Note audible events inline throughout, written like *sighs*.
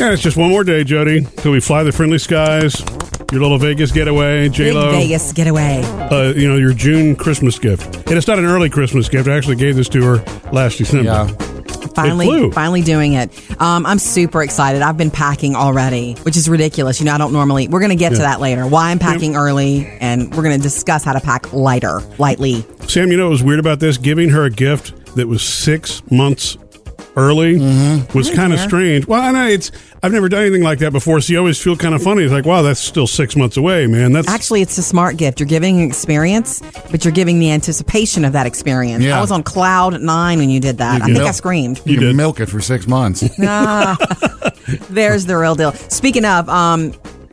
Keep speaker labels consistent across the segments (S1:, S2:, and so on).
S1: And it's just one more day, Jody, till we fly the friendly skies. Your little Vegas getaway, J
S2: Big
S1: Lo.
S2: Vegas getaway.
S1: Uh, you know your June Christmas gift, and it's not an early Christmas gift. I actually gave this to her last December.
S3: Yeah.
S1: flew.
S2: Finally, finally doing it. Um, I'm super excited. I've been packing already, which is ridiculous. You know, I don't normally. We're going to get to
S1: Yeah.
S2: that later. Why I'm packing early, and we're going to discuss how to pack lighter, lightly.
S1: Sam, you know what was weird about this? Giving her a gift that was six months early was kind of strange. Well, I know it's I've never done anything like that before, so you always feel kind of funny. It's like, wow, that's still six months away, man. That's
S2: Actually, it's a smart gift. You're giving an experience, but you're giving the anticipation of that experience.
S3: Yeah.
S2: I was on cloud nine when you did that. I think I
S3: milk-
S2: screamed.
S3: You,
S1: did.
S3: can milk it for six months.
S1: *laughs*
S2: There's the real deal. Speaking of um,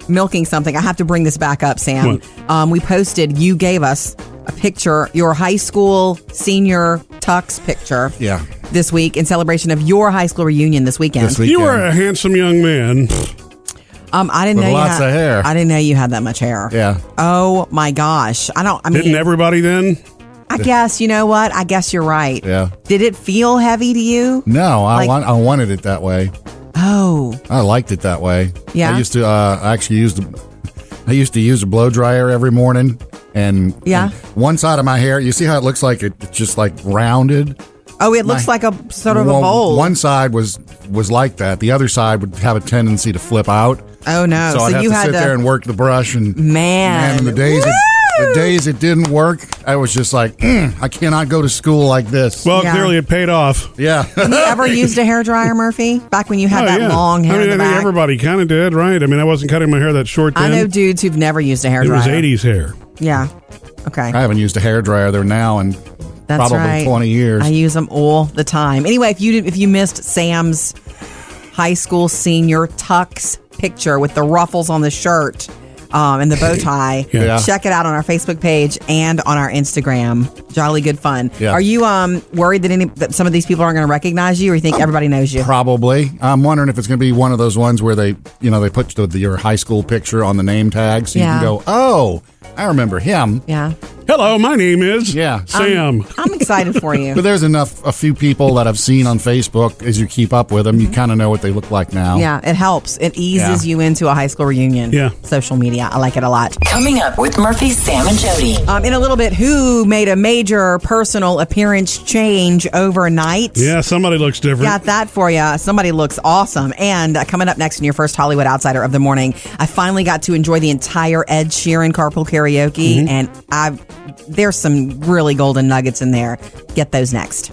S2: milking something, I have to bring this back up, Sam.
S1: What?
S2: Um, we posted, you gave us a picture, your high school senior tux picture.
S3: Yeah.
S2: This week in celebration of your high school reunion this weekend.
S3: This
S1: you
S3: weekend.
S1: are a handsome young man.
S2: Um, I didn't
S3: With
S2: know you
S3: lots
S2: had,
S3: of hair.
S2: I didn't know you had that much hair.
S3: Yeah.
S2: Oh my gosh. I don't. I mean,
S1: Didn't everybody then?
S2: I guess you know what. I guess you're right.
S3: Yeah.
S2: Did it feel heavy to you?
S3: No, I
S2: Like-
S3: want. I wanted it that way.
S2: Oh,
S3: I liked it that way.
S2: Yeah?
S3: I used to. Uh, I actually used. I used to use a blow dryer every morning, and
S2: Yeah.
S3: and one side of my hair. You see how it looks like it, it's just like rounded.
S2: oh, it looks
S3: My-
S2: like a sort of
S3: Well,
S2: a bowl.
S3: One side was was like that. The other side would have a tendency to flip out.
S2: Oh no!
S3: so, I'd have
S2: you
S3: to
S2: had
S3: sit
S2: to
S3: there and work the brush and
S2: man.
S3: and the days it,
S2: Woo!
S3: the days it didn't work, I was just like, *clears throat* "Mm, I cannot go to school like this.
S1: Well,
S2: Yeah.
S1: clearly it paid off.
S2: *laughs*
S3: yeah.
S2: you
S3: *laughs*
S2: ever used a hair dryer, Murphy? Back when you had
S1: Oh,
S2: that
S1: yeah.
S2: long hair
S1: I mean,
S2: in the
S1: I think
S2: back.
S1: everybody kind of did, right? I mean, I wasn't cutting my hair that short
S2: I
S1: then.
S2: know dudes who've never used a hair
S1: it
S2: dryer.
S1: was 80s hair.
S2: Yeah. Okay.
S3: I haven't used a hairdryer there now in
S2: That's
S3: probably
S2: right.
S3: 20 years.
S2: I use them all the time. Anyway, if you did, if you missed Sam's high school senior tux picture with the ruffles on the shirt um, and the
S1: *laughs*
S2: bow tie,
S3: Yeah.
S2: check it out on our Facebook page and on our Instagram. Jolly good fun.
S3: Yeah.
S2: Are you um worried that any that some of these people aren't going to recognize you, or you think everybody knows you?
S3: Probably. I'm wondering if it's going to be one of those ones where they, you know, they put the, your high school picture on the name tag so
S2: Yeah.
S3: you can go, oh, I remember him.
S2: yeah.
S1: Hello, my name is
S3: Yeah.
S1: Sam.
S2: I'm excited for
S1: *laughs*
S2: you.
S3: But there's enough, a few people that I've seen on Facebook as you keep up with them, you kind of know what they look like now.
S2: Mm-hmm. Yeah, it helps. It eases
S3: Yeah.
S2: you into a high school reunion.
S1: Oh. Yeah.
S2: Social media. I like it a lot.
S4: Coming up with Murphy, Sam, and Jody.
S2: Um, in a little bit, who made a major personal appearance change overnight?
S1: yeah, somebody looks different.
S2: Got that for you. Somebody looks awesome. And uh, coming up next in your first Hollywood Outsider of the morning, I finally got to enjoy the entire Ed Sheeran carpool karaoke,
S1: Mm-hmm.
S2: and I there's some really golden nuggets in there. Get those next.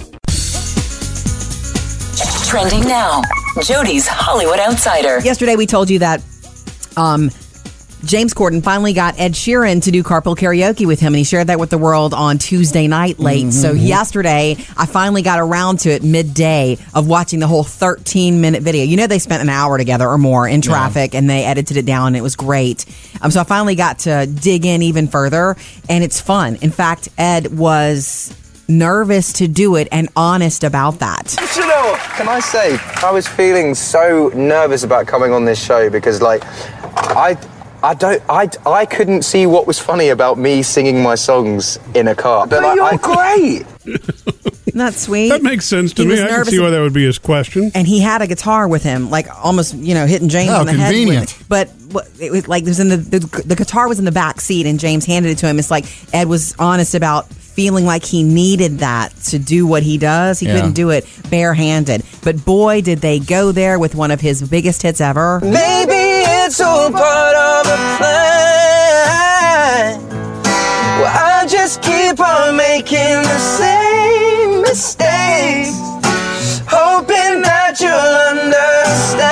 S4: Trending now. Jody's Hollywood Outsider.
S2: Yesterday we told you that um, James Corden finally got Ed Sheeran to do carpool karaoke with him, and he shared that with the world on Tuesday night late. So yesterday, I finally got around to it midday of watching the whole 13 minute video. You know, they spent an hour together or more in traffic, and they edited it down. And it was great. Um, so I finally got to dig in even further, and it's fun. In fact, Ed was nervous to do it and honest about that.
S5: You know, can I say, I was feeling so nervous about coming on this show because, like, I. I don't. I, I couldn't see what was funny about me singing my songs in a car. But, you're great.
S2: Isn't that sweet?
S1: *laughs* That makes sense to
S2: He
S1: me.
S2: was
S1: I can
S2: nervous
S1: see why that would be his question.
S2: and he had a guitar with him, like almost you know hitting James
S3: How
S2: on the
S3: convenient.
S2: head. With it. But what- it was like it was in the, the the guitar was in the back seat, and James handed it to him. It's like Ed was honest about feeling like he needed that to do what he does. He
S3: Yeah.
S2: couldn't do it barehanded, but boy, did they go there with one of his biggest hits ever.
S5: Maybe it's all part of a plan. Well, I just keep on making the same mistakes, hoping that you'll understand.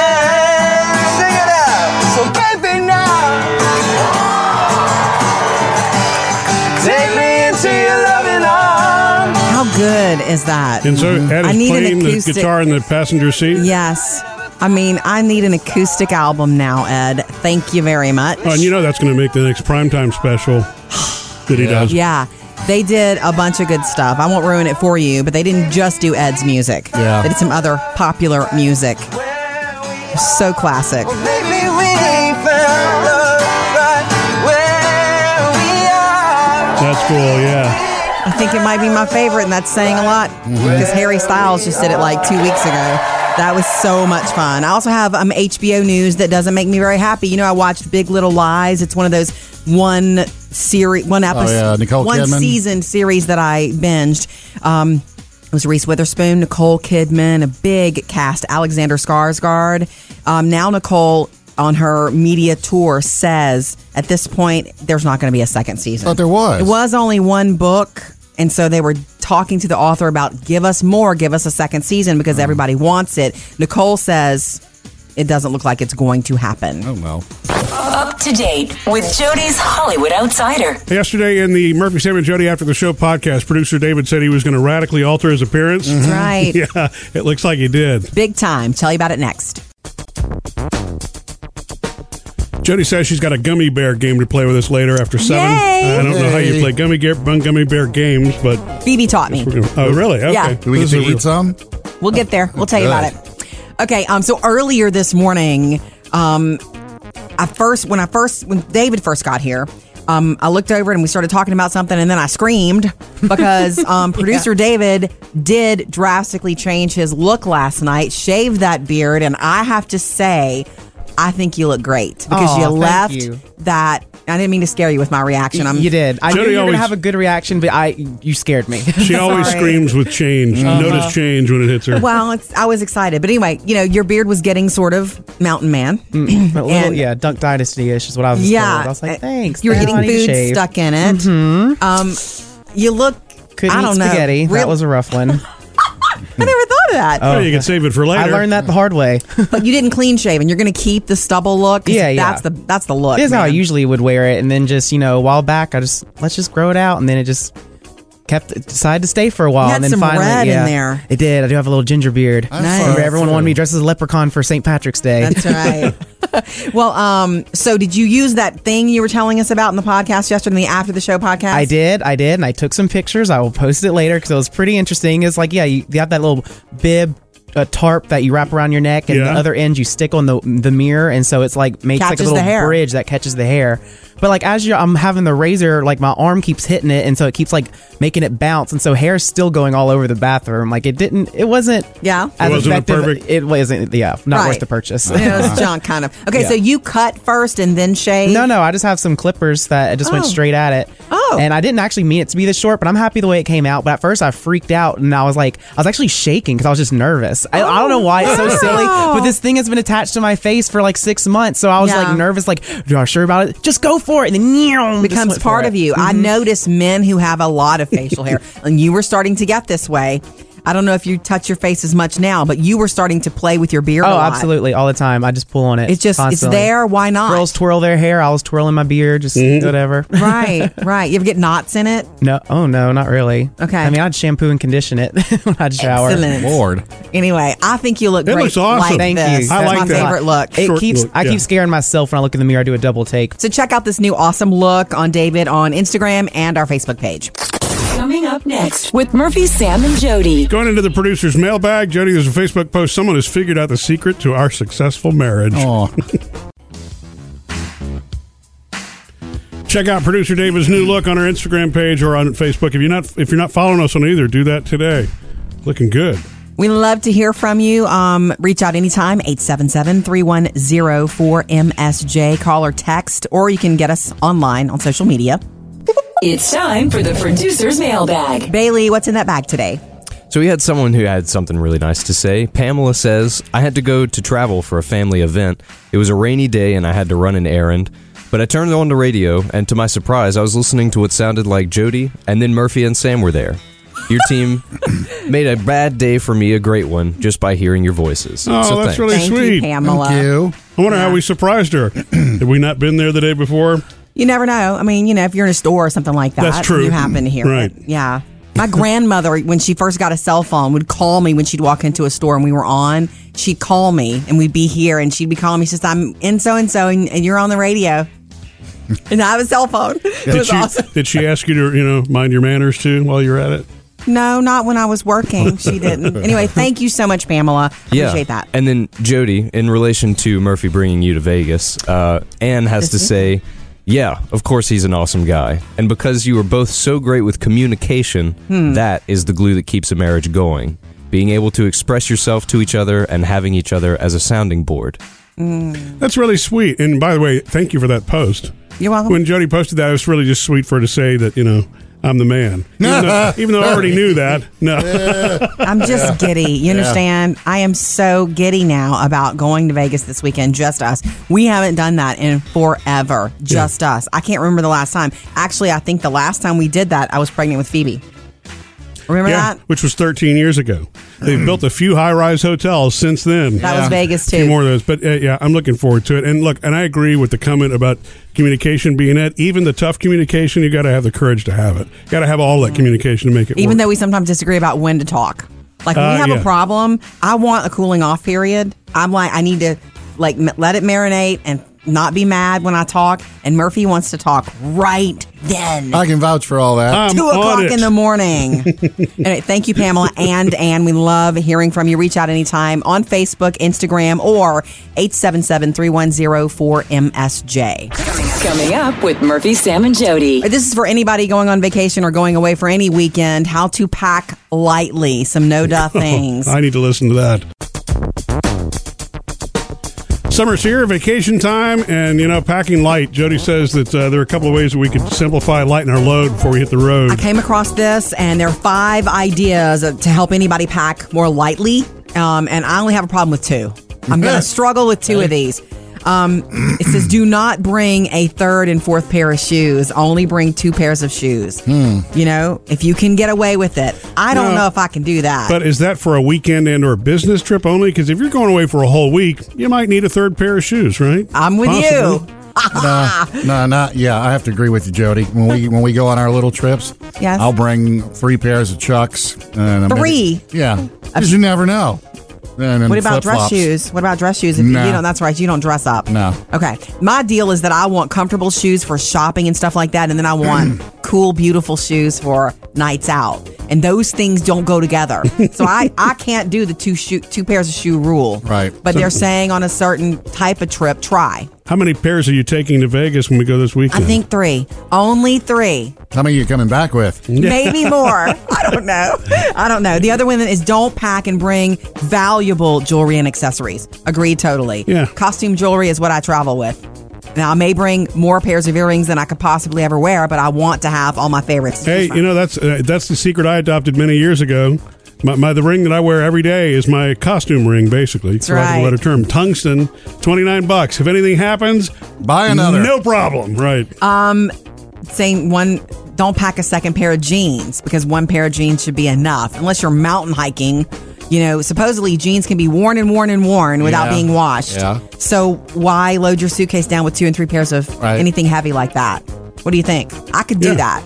S5: Sing it out. So baby, now take me into your loving arms.
S2: How good is that?
S1: And so Ed
S2: Mm-hmm. I
S1: is
S2: need an
S1: playing the
S2: acoustic-
S1: guitar in the passenger seat.
S2: Yes. I mean, I need an acoustic album now, Ed. Thank you very much.
S1: Oh, and you know that's going to make the next primetime special that he does.
S2: Yeah. They did a bunch of good stuff. I won't ruin it for you, but they didn't just do Ed's music.
S3: Yeah.
S2: They did some other popular music. So classic.
S5: Maybe we found love right where we are.
S1: That's cool, yeah.
S2: I think it might be my favorite, and that's saying a lot because Harry Styles just did it like two weeks ago. That was so much fun. I also have um, HBO news that doesn't make me very happy. You know, I watched Big Little Lies. It's one of those one series, one episode,
S3: Oh, yeah, Nicole
S2: one
S3: Kidman.
S2: season series that I binged. Um, it was Reese Witherspoon, Nicole Kidman, a big cast, Alexander Skarsgård. Um, now Nicole on her media tour says at this point there's not going to be a second season.
S3: Thought there was.
S2: It was only one book, and so they were talking to the author about give us more, give us a second season because everybody wants it. Nicole says it doesn't look like it's going to happen.
S3: *laughs* Oh well.
S4: Up to date with Jody's Hollywood Outsider.
S1: Yesterday in the Murphy, Sam, and Jody After the Show podcast, producer David said he was going to radically alter his appearance.
S2: That's right.
S1: *laughs* Yeah, it looks like he did.
S2: Big time. Tell you about it next.
S1: Jody says she's got a gummy bear game to play with us later after seven.
S2: Yay!
S1: I don't know how you
S3: Yay.
S1: play gummy bear, bun gummy bear games, but
S2: Phoebe taught me.
S1: we're gonna, oh really? Okay.
S2: Yeah.
S3: Do we
S1: This
S3: get
S1: is
S3: to
S1: a
S3: eat
S1: real-
S3: some?
S2: We'll get there. We'll tell you about
S3: Good.
S2: it. Okay. Um. So earlier this morning, um, I first when I first when David first got here. Um, I looked over and we started talking about something, and then I screamed
S6: *laughs*
S2: because um, producer David did drastically change his look last night, shaved that beard, and I have to say, I think you look great because
S6: Aw,
S2: you
S6: thank
S2: left
S6: you.
S2: that. I didn't mean to scare you with my reaction. I'm,
S6: you did. I
S1: Jody
S6: knew you were
S1: always-
S6: gonna have a good reaction, but I you scared me. *laughs*
S1: She always
S2: Sorry.
S1: screams with change. Notice change when it hits her.
S2: Well, it's, I was excited, but anyway, you know, your beard was getting sort of mountain man.
S6: Mm-hmm. A little,
S2: And-
S6: yeah, Dunk Dynasty ish is what I was.
S2: Yeah,
S6: told. I was like, thanks.
S2: You were
S6: man,
S2: getting
S6: I need to
S2: food
S6: shave.
S2: stuck in it. Um, you look.
S6: Couldn't
S2: I don't
S6: eat
S2: know.
S6: spaghetti.
S2: Real-
S6: That was a
S1: *laughs*
S6: rough one.
S2: I never thought of that.
S1: Oh, you can save it for later.
S6: I learned that the hard
S2: *laughs*
S6: way.
S2: But you didn't clean shave, and you're going to keep the stubble look. 'cause
S6: Yeah, yeah.
S2: That's the that's the look.
S6: This is how I
S2: man.
S6: usually would wear it, and then just you know, a while back, I just let's just grow it out, and then it just kept it decided to stay for a while,
S2: had
S6: and then
S2: some
S6: finally,
S2: red in
S6: yeah,
S2: there.
S6: It did. I do have a little ginger beard.
S2: Nice.
S3: I saw
S6: Remember,
S3: that
S6: everyone
S3: too.
S6: wanted me dressed as a leprechaun for St. Patrick's Day.
S2: *laughs* That's right. *laughs* well, um, so did you use that thing you were telling us about in the podcast yesterday, in the after the show podcast?
S6: I did, I did, and I took some pictures. I will post it later because it was pretty interesting. It's like, yeah, you you have that little bib, a tarp that you wrap around your neck, and
S1: Yeah.
S6: the other end you stick on the the mirror, and so it's like makes
S2: Catches the
S6: like a
S2: hair.
S6: little bridge that catches the hair. But like as you're, I'm having the razor, like my arm keeps hitting it, and so it keeps like making it bounce, and so hair's still going all over the bathroom. Like it didn't, it wasn't,
S2: Yeah. It
S6: as
S1: wasn't a
S6: effective.
S1: perfect-
S6: It wasn't, yeah, not
S2: Right.
S6: worth the purchase.
S2: You know, it's junk, kind of. Okay,
S6: *laughs* Yeah.
S2: so you cut first and then shave.
S6: No, no, I just have some clippers that I just went
S2: Oh.
S6: straight at it.
S2: Oh.
S6: And I didn't actually mean it to be this short, but I'm happy the way it came out. But at first I freaked out and I was like, I was actually shaking because I was just nervous. I, I don't know why it's so
S2: wow.
S6: silly, but this thing has been attached to my face for like six months. So I was
S2: Yeah.
S6: like nervous, like, do I sure about it? Just go for it. And then meow, just
S2: becomes
S6: went for
S2: part
S6: it. Mm-hmm.
S2: of you. I notice men who have a lot of facial
S6: *laughs*
S2: hair, and you were starting to get this way. I don't know if you touch your face as much now, but you were starting to play with your beard. a
S6: Oh,
S2: lot.
S6: absolutely. All the time. I just pull on it.
S2: It's just
S6: constantly.
S2: it's there. Why not?
S6: Girls twirl their hair. I was twirling my beard, just whatever.
S2: *laughs* right, right. You ever get knots in it?
S6: No, oh no, not really.
S2: Okay.
S6: I mean, I'd shampoo and condition it *laughs* when I'd shower.
S2: Excellent.
S3: Lord.
S2: Anyway, I think you look
S1: It
S2: great.
S1: looks awesome.
S2: Like
S6: Thank
S2: this.
S6: you.
S2: That's
S6: I
S1: like
S2: my
S1: that.
S2: favorite look.
S6: It
S1: Short
S6: keeps.
S1: look,
S6: I
S1: yeah.
S6: keep scaring myself when I look in the mirror. I do a double take.
S2: so check out this new awesome look on David on Instagram and our Facebook page.
S4: Coming up next with Murphy, Sam, and Jody.
S1: Going into the producer's mailbag, Jody, there's a Facebook post. Someone has figured out the secret to our successful marriage.
S2: *laughs*
S3: Oh,
S1: Check out producer David's new look on our Instagram page or on Facebook. If you're not if you're not following us on either, do that today. Looking good.
S2: We love to hear from you. Um, reach out anytime, 877-310-4MSJ. Call or text, or you can get us online on social media.
S4: It's time for the producer's mailbag.
S2: Bailey, what's in that bag today?
S7: So we had someone who had something really nice to say. Pamela says, I had to go to travel for a family event. It was a rainy day and I had to run an errand. But I turned on the radio, and to my surprise, I was listening to what sounded like Jody, and then Murphy and Sam were there. Your
S1: *laughs*
S7: team made a bad day for me a great one just by hearing your voices.
S1: Oh,
S7: so
S1: that's
S7: thanks.
S1: really
S2: Thank
S1: sweet.
S2: you, Pamela.
S3: thank you.
S1: I wonder how we surprised her. *clears throat* Had we not been there the day before?
S2: You never know. I mean, you know, if you're in a store or something like that,
S1: That's true.
S2: You happen to hear
S1: Right.
S2: it. Yeah. My grandmother, when she first got a cell phone, would call me when she'd walk into a store and we were on. She'd call me and we'd be here and she'd be calling me. She says, I'm in so and so and and you're on the radio. And I have a cell phone. It
S1: Did
S2: was
S1: she,
S2: awesome.
S1: did she ask you to, you know, mind your manners too while you're at it?
S2: No, not when I was working. She
S7: *laughs*
S2: didn't. Anyway, thank you so much, Pamela.
S7: Yeah.
S2: Appreciate that.
S7: And then Jody, in relation to Murphy bringing you to Vegas, uh, Anne has to say, "Yeah, of course he's an awesome guy, and
S2: Hmm.
S7: because you are both so great with communication, that is the glue that keeps a marriage going." being able to express yourself to each other and having each other as a sounding board.
S1: That's really sweet. And by the way, thank you for that post.
S2: You're welcome.
S1: When Jody posted that, it was really just sweet for her to say that, you know, I'm the man. Even though, even though I already knew that. No.
S2: I'm just giddy. You understand? I am so giddy now about going to Vegas this weekend. Just us. We haven't done that in forever. Just us. I can't remember the last time. Actually, I think the last time we did that, I was pregnant with Phoebe. Remember
S1: yeah,
S2: that?
S1: which was 13 years ago. They've built a few high rise hotels since then.
S2: That was Vegas
S1: few
S2: too.
S1: more of those. But uh, yeah, I'm looking forward to it. And look, and I agree with the comment about communication being it. Even the tough communication, you got to have the courage to have it. Got to have all that communication to make it.
S2: Even
S1: work.
S2: though we sometimes disagree about when to talk. Like when
S1: Uh,
S2: we have
S1: yeah.
S2: a problem, I want a cooling off period. I'm like, I need to like m- let it marinate and not be mad when I talk. And Murphy wants to talk right then.
S3: I can vouch for all that.
S1: I'm
S2: two
S1: on
S2: o'clock
S1: it.
S2: in the morning.
S1: *laughs*
S2: Anyway, thank you, Pamela and Anne. We love hearing from you. Reach out anytime on Facebook, Instagram, or 877-310-4MSJ.
S4: Coming up with Murphy, Sam, and Jody.
S2: This is for anybody going on vacation or going away for any weekend. How to pack lightly. Some no-duh
S1: *laughs*
S2: things.
S1: Oh, I need to listen to that. Summer's here, vacation time, and you know, packing light. Jody says that uh, there are a couple of ways that we could simplify, lighten our load before we hit the road.
S2: I came across this, and there are five ideas of- to help anybody pack more lightly. Um, and I only have a problem with two. I'm
S1: *laughs*
S2: going to struggle with two of these. Um, it says, do not bring a third and fourth pair of shoes. Only bring two pairs of shoes.
S1: Hmm.
S2: You know, if you can get away with it. I don't
S1: No.
S2: know if I can do that.
S1: But is that for a weekend and or a business trip only? Because if you're going away for a whole week, you might need a third pair of shoes, right?
S2: I'm with you.
S1: Possibly.
S3: No, no, not yeah. I have to agree with you, Jody. When we when we go on our little trips,
S2: Yes.
S3: I'll bring three pairs of Chucks. And maybe-
S2: Three?
S3: yeah, because you never know. And, and
S2: What about dress
S3: flip-flops.
S2: shoes? What about dress shoes? If
S3: Nah.
S2: you don't, that's right. You don't dress up.
S3: No.
S2: Okay. My deal is that I want comfortable shoes for shopping and stuff like that, and then I
S3: *clears throat*
S2: want cool, beautiful shoes for nights out. And those things don't go
S3: *laughs*
S2: together. so I, I can't do the two shoe two pairs of shoe rule.
S3: Right.
S2: But they're saying on a certain type of trip, try.
S1: How many pairs are you taking to Vegas when we go this
S2: I
S1: weekend?
S2: think three. Only three.
S3: How many are you coming back
S1: *laughs*
S3: with?
S2: Maybe more. I don't know. I don't know. The other one is don't pack and bring valuable jewelry and accessories. Agreed totally.
S1: Yeah.
S2: Costume jewelry is what I travel with. Now I may bring more pairs of earrings than I could possibly ever wear, but I want to have all my favorites.
S1: Hey, you know that's uh, that's the secret I adopted many years ago. My, my the ring that I wear every day is my costume ring, basically. for lack of a
S2: right.
S1: better term, tungsten, twenty nine bucks. If anything happens,
S3: Buy another.
S1: no problem. Right?
S2: Uh, saying one don't pack a second pair of jeans because one pair of jeans should be enough unless you're mountain hiking you know supposedly jeans can be worn and worn and worn without
S3: Yeah.
S2: being washed
S3: Yeah.
S2: so why load your suitcase down with two and three pairs of
S3: Right.
S2: anything heavy like that what do you think i could do
S1: Yeah.
S2: that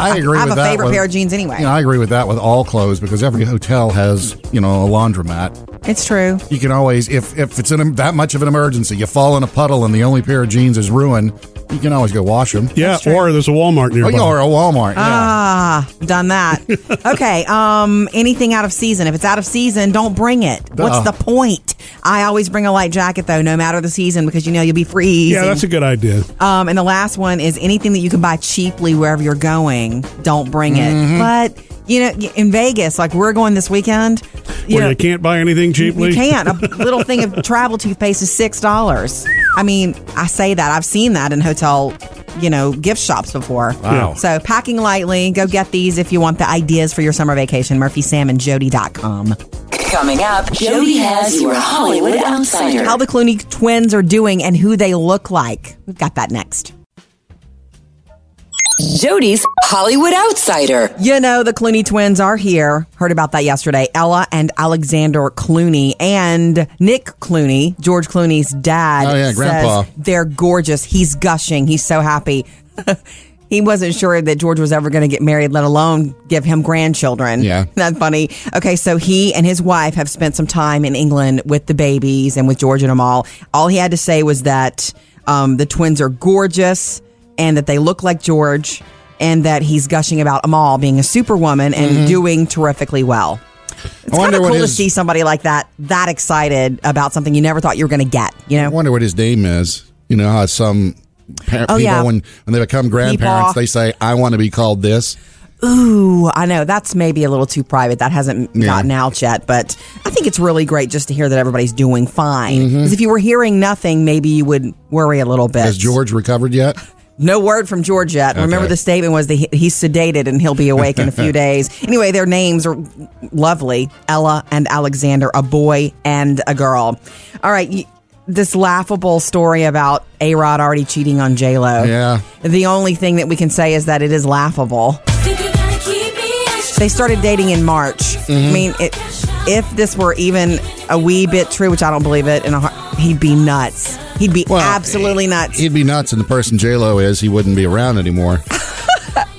S3: I agree.
S2: I have
S3: with
S2: a
S3: that
S2: favorite
S3: with-
S2: pair of jeans anyway.
S3: You know, I agree with that with all clothes because every hotel has you know a laundromat.
S2: it's true
S3: You can always if if it's in that much of an emergency, you fall in a puddle and the only pair of jeans is ruined. You can always go wash them.
S1: yeah. Or there's a Walmart
S3: Oh,
S1: nearby.
S3: yeah, or a Walmart. yeah.
S2: ah done
S3: *laughs*
S2: that okay um anything out of season if it's out of season don't bring it what's
S3: Duh.
S2: the point i always bring a light jacket though no matter the season because you know you'll be freezing
S1: yeah, that's a good idea.
S2: Um, and the last one is anything that you can buy cheaply wherever you're going, don't bring it.
S1: Mm-hmm.
S2: But you know, in Vegas, like we're going this weekend, you
S1: Where
S2: know,
S1: you can't buy anything cheaply.
S2: you can't. A
S1: *laughs*
S2: little thing of travel toothpaste is six dollars. I mean, I say that I've seen that in hotel, you know, gift shops before.
S1: Wow.
S2: So packing lightly. Go get these if you want the ideas for your summer vacation. MurphySamAndJody.com.
S4: Coming up, Jody has your Hollywood Outsider.
S2: How the Clooney twins are doing and who they look like. We've got that next.
S4: Jody's Hollywood Outsider.
S2: You know, the Clooney twins are here. Heard about that yesterday. Ella and Alexander Clooney and Nick Clooney, George Clooney's dad.
S3: Oh, yeah, Grandpa.
S2: says they're gorgeous. He's gushing. He's so happy. *laughs* he wasn't sure that George was ever going to get married, let alone give him grandchildren. *laughs*
S3: Yeah.
S2: Isn't that funny? Okay, so he and his wife have spent some time in England with the babies and with George and Amal. All he had to say was that um, the twins are gorgeous and that they look like George and that he's gushing about Amal being a superwoman and doing terrifically well. It's kind
S3: Mm-hmm. wonder
S2: of
S3: what
S2: cool to
S3: his-
S2: see somebody like that, that excited about something you never thought you were going to get, you
S3: I
S2: know?
S3: wonder what his name is. You know how some par- people
S2: Oh, yeah.
S3: when when they become grandparents
S2: Peepaw.
S3: they say I want to be called this.
S2: ooh, I know that's maybe a little too private. That hasn't gotten out yet, but I think it's really great just to hear that everybody's doing fine. Because if you were hearing nothing, maybe you would worry a little bit.
S3: Mm-hmm. Has George recovered yet?
S2: No word from George yet. Remember, the statement was that he- he's sedated and he'll be awake in a
S3: *laughs*
S2: few days. Anyway, their names are lovely Ella and Alexander, a boy and a girl. All right. y- This laughable story about A Rod already cheating on J Lo.
S3: Yeah.
S2: The only thing that we can say is that it is laughable. They started dating in March. I mean, it, if this were even a wee bit true, which I don't believe it, in a, har- he'd be nuts. He'd be
S3: Well,
S2: absolutely nuts.
S3: He'd be nuts, and the person J Lo is, he wouldn't be around anymore.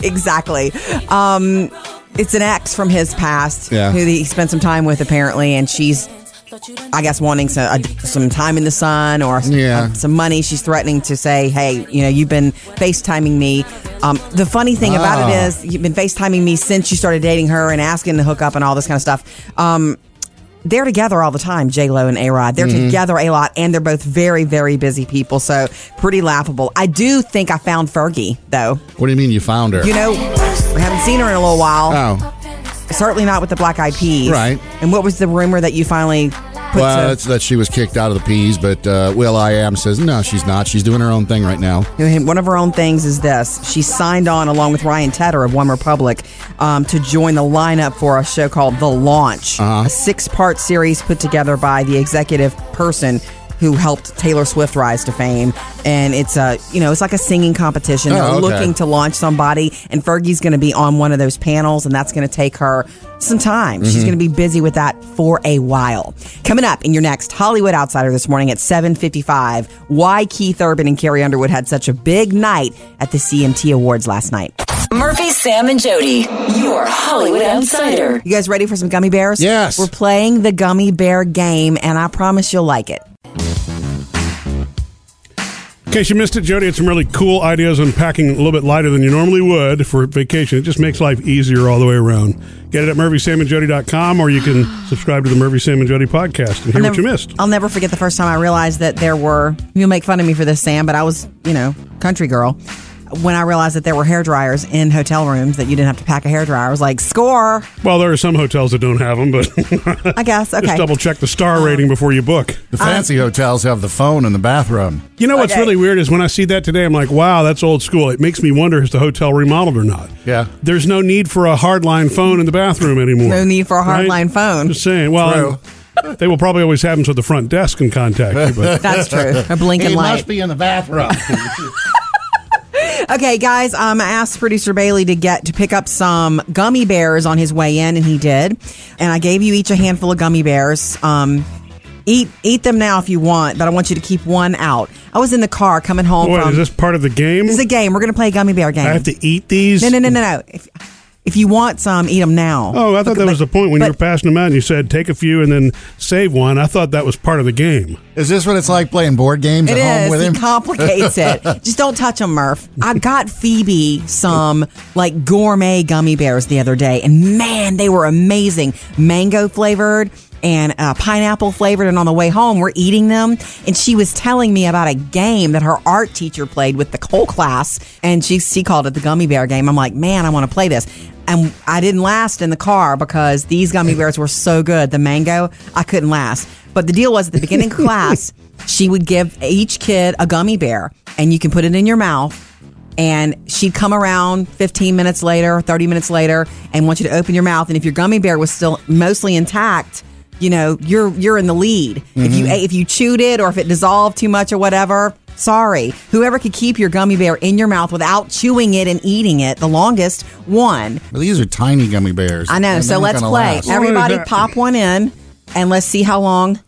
S2: exactly. Um, it's an ex from his past
S3: Yeah.
S2: who he spent some time with apparently, and she's, I guess, wanting some, uh, some time in the sun or some,
S3: Yeah.
S2: uh, some money. She's threatening to say, "Hey, you know, you've been FaceTiming me." Um, the funny thing about it
S3: Ah.
S2: is, you've been FaceTiming me since you started dating her and asking to hook up and all this kind of stuff. Um, they're together all the time, J Lo and A Rod. They're
S3: Mm-hmm.
S2: together a lot, and they're both very, very busy people. So pretty laughable. I do think I found Fergie though.
S3: What do you mean you found her?
S2: You know, we haven't seen her in a little while.
S3: oh,
S2: Certainly not with the black eyed peas.
S3: Right.
S2: And what was the rumor that you finally put
S3: well,
S2: to
S3: that's that she was kicked out of the peas, but uh, Will I Am says no, she's not. She's doing her own thing right now.
S2: One of her own things is this. She signed on along with Ryan Tedder of One Republic um, to join the lineup for a show called The Launch,
S3: Uh-huh.
S2: a six part series put together by the executive person who helped Taylor Swift rise to fame. And it's a, you know, it's like a singing competition.
S3: Oh,
S2: They're
S3: okay.
S2: looking to launch somebody, and Fergie's going to be on one of those panels, and that's going to take her some time. She's going to be busy with that for a while. Coming up in your next Hollywood Outsider this morning at 7:55, why Keith Urban and Carrie Underwood had such a big night at the CMT Awards last night.
S4: Murphy, Sam, and Jody, your Hollywood Outsider.
S2: You guys ready for some gummy bears?
S3: Yes.
S2: We're playing the gummy bear game, and I promise you'll like it.
S1: In case you missed it, Jody had some really cool ideas on packing a little bit lighter than you normally would for vacation. It just makes life easier all the way around. Get it at murphysamandjody.com or you can subscribe to the Murphy Sam and Jody podcast and hear what you missed.
S2: I'll never forget the first time I realized that there were. You'll make fun of me for this, Sam, but I was, you know, country girl. When I realized that there were hair dryers in hotel rooms that you didn't have to pack a hair dryer, I was like, "Score!"
S1: Well, there are some hotels that don't have them, but *laughs*
S2: I guess. Okay. Um,
S1: just double check the star rating before you book.
S3: The fancy hotels have the phone in the bathroom.
S1: You know what's really weird is when I see that today, I'm like, wow, that's old school. It makes me wonder is the hotel remodeled or not.
S3: Yeah.
S1: There's no need for a hardline phone in the bathroom anymore.
S2: No need for a
S1: Right?
S2: hardline phone.
S1: Just saying. Well, *laughs* they will probably always have them so the front desk can contact you.
S2: *laughs*
S1: But
S2: *laughs*
S1: *laughs*
S2: That's true. A blinking light.
S3: be in the bathroom. *laughs*
S2: Okay, guys. Um, I asked producer Bailey to get to pick up some gummy bears on his way in, and he did. And I gave you each a handful of gummy bears. Um, eat eat them now if you want, but I want you to keep one out. I was in the car coming home
S1: what
S2: from.
S1: is this part of the game?
S2: This is a game. We're gonna play a gummy bear game.
S1: I have to eat these?
S2: No, no, no, no, no. If, if you want some, eat them now.
S1: Oh, I thought that was the point when you were passing them out and you said take a few and then save one. I thought that was part of the game.
S3: is this what it's like playing board games
S2: It
S3: at home
S2: is.
S3: with
S2: He
S3: him?
S2: complicates
S3: *laughs*
S2: it. Just don't touch them, Murph. I got Phoebe some like gourmet gummy bears the other day, and man, they were amazing. Mango flavored and uh, pineapple flavored. And on the way home, we're eating them. And she was telling me about a game that her art teacher played with the whole class, and she she called it the gummy bear game. I'm like, man, I want to play this. And I didn't last in the car because these gummy bears were so good. The mango, I couldn't last. But the deal was at the
S3: *laughs*
S2: beginning of class, she would give each kid a gummy bear and you can put it in your mouth. And she'd come around 15 minutes later, 30 minutes later, and want you to open your mouth. And if your gummy bear was still mostly intact, you know, you're you're in the lead. If you ate- if you chewed it or if it dissolved too much or whatever, sorry. Whoever could keep your gummy bear in your mouth without chewing it and eating it the longest won.
S3: Well, these are tiny gummy bears.
S2: I know.
S3: They're
S2: So
S3: not
S2: let's
S3: gonna
S2: play.
S3: last.
S2: Everybody
S1: What is that?
S2: pop one in and let's see how long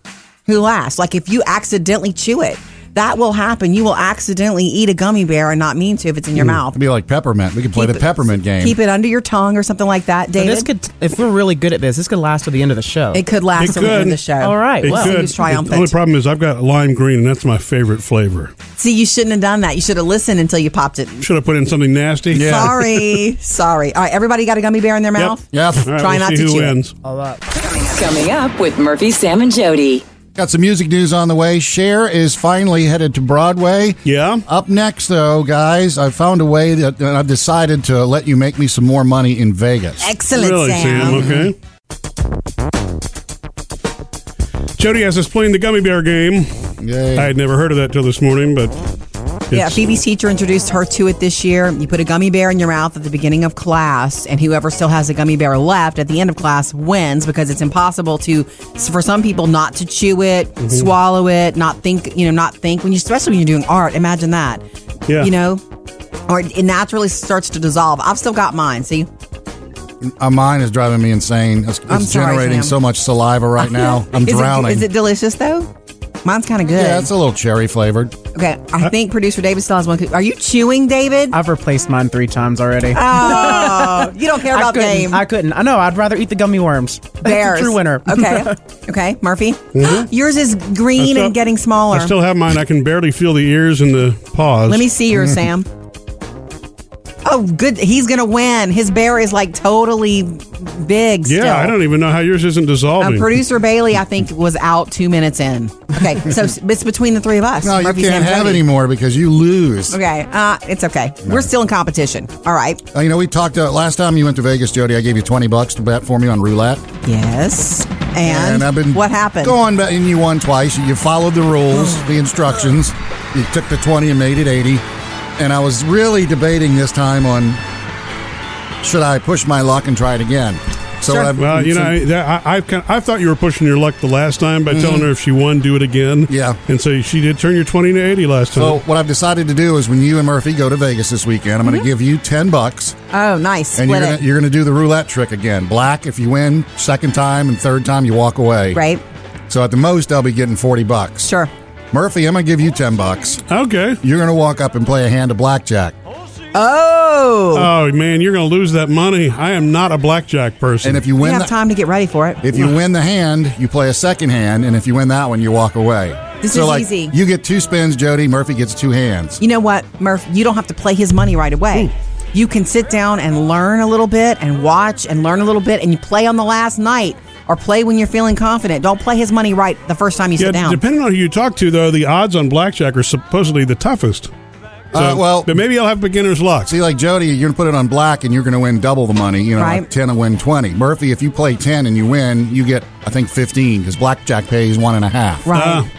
S2: who lasts. Like if you accidentally chew it, that will happen. You will accidentally eat a gummy bear and not mean to if it's in your mouth.
S3: It'd be like peppermint. We could play the peppermint game.
S2: Keep it under your tongue or something like that, David.
S6: this could, if we're really good at this, this could last to the end of the show.
S2: it could last
S1: It
S2: till the end of
S1: could.
S2: the show.
S6: All right,
S1: It
S6: well.
S1: could.
S2: He was triumphant.
S1: The only problem is I've got lime green and that's my favorite flavor.
S2: See, you shouldn't have done that. You should have listened until you popped it.
S1: Should I put in something nasty?
S3: Yeah.
S2: Sorry, sorry. All right, everybody got a gummy bear in their mouth.
S3: yeah.
S1: All right,
S2: Try
S1: we'll
S2: not
S1: see
S2: to
S1: who
S2: chew it.
S1: wins.
S6: All up.
S4: Coming up with Murphy, Sam, and Jody.
S3: Got some music news on the way. Cher is finally headed to Broadway.
S1: Yeah.
S3: Up next, though, guys, I found a way that and I've decided to let you make me some more money in Vegas.
S2: Excellent,
S1: really, Sam. Okay. Jody has us playing the gummy bear game.
S3: Yay.
S1: I had never heard of that till this morning, but
S2: Yeah,
S1: it's-
S2: Phoebe's teacher introduced her to it this year. You put a gummy bear in your mouth at the beginning of class, and whoever still has a gummy bear left at the end of class wins because it's impossible to, for some people, not to chew it, swallow it, not think, you know, not think. When you, especially when you're doing art, imagine that.
S1: Yeah.
S2: You know, or it it naturally starts to dissolve. I've still got mine. See,
S3: Uh, mine is driving me insane. It's,
S2: I'm
S3: it's
S2: sorry,
S3: generating
S2: Sam.
S3: so much saliva right now. I'm
S2: *laughs* Is it-
S3: drowning.
S2: is it delicious though? Mine's kind of good.
S3: yeah, it's a little cherry flavored.
S2: okay, I think producer David still has one. Are you chewing, David?
S6: I've replaced mine three times already.
S2: oh, you don't care
S6: *laughs* I
S2: about
S6: couldn't.
S2: game.
S6: I couldn't. I know. I'd rather eat the gummy worms.
S2: Bears.
S6: That's a true winner.
S2: okay.
S6: *laughs*
S2: Okay. Murphy.
S3: Mm-hmm.
S2: Yours is green
S1: I still-
S2: and getting smaller.
S1: I still have mine. I can barely feel the ears and the paws.
S2: Let me see yours,
S3: Mm-hmm.
S2: Sam. Oh, good. He's going to win. His bear is like totally big
S1: Yeah,
S2: still.
S1: I don't even know how yours isn't
S2: Uh,
S1: dissolving.
S2: producer Bailey, I think, was out two minutes in.
S3: *laughs*
S2: Okay, so s- it's between the three of us.
S3: No, you
S2: Murphy, Sam,
S3: can't have
S2: Jody.
S3: any more because you lose.
S2: Okay, uh, it's okay. We're still in competition. All right.
S3: Uh, you know, we talked uh, last time you went to Vegas, Jody. I gave you twenty bucks to bet for me on roulette,
S2: Yes. And,
S3: I've been
S2: what happened?
S3: Going, but and you won twice. You followed the rules,
S2: *sighs*
S3: the instructions. You took the twenty and made it eighty. And I was really debating this time on should I push my luck and try it again. So I've,
S1: Well, you
S3: so-
S1: know, I, that, I, I've kind I thought you were pushing your luck the last time by telling her if she won, do it again.
S3: Mm-hmm. Yeah.
S1: And so she did turn your 20 to 80 last time.
S3: So what I've decided to do is when you and Murphy go to Vegas this weekend, I'm going to give you ten bucks,
S2: oh, nice. Mm-hmm. Split
S3: and you're
S2: it.
S3: gonna, you're going to do the roulette trick again. Black, if you win second time and third time, you walk away.
S2: right?
S3: So at the most, I'll be getting forty bucks.
S2: Sure.
S3: Murphy, I'm going to give you ten bucks.
S1: okay.
S3: You're going to walk up and play a hand of blackjack,
S2: Oh.
S3: Uh,
S1: Oh, man, you're going to lose that money. I am not a blackjack person.
S3: and if you
S2: we
S3: win,
S2: have
S3: the,
S2: time to get ready for it.
S3: if you win the hand, you play a second hand, and if you win that one, you walk away.
S2: This
S3: so
S2: is
S3: like,
S2: easy.
S3: You get two spins, Jody. Murphy gets two hands.
S2: You know what, Murph? You don't have to play his money right away. You can sit down and learn a little bit and watch and learn a little bit and you play on the last night or play when you're feeling confident. Don't play his money right the first time you
S1: yeah,
S2: sit down.
S1: depending on who you talk to, though, the odds on blackjack are supposedly the toughest.
S3: Uh,
S1: So-
S3: well,
S1: but maybe I'll have beginner's luck.
S3: See, like Jody, you're gonna put it on black, and you're gonna win double the money. You know,
S2: Right.
S3: like ten and win twenty. Murphy, if you play ten and you win, you get I think fifteen because blackjack pays one and a half.
S2: right.
S1: Ah,
S3: um,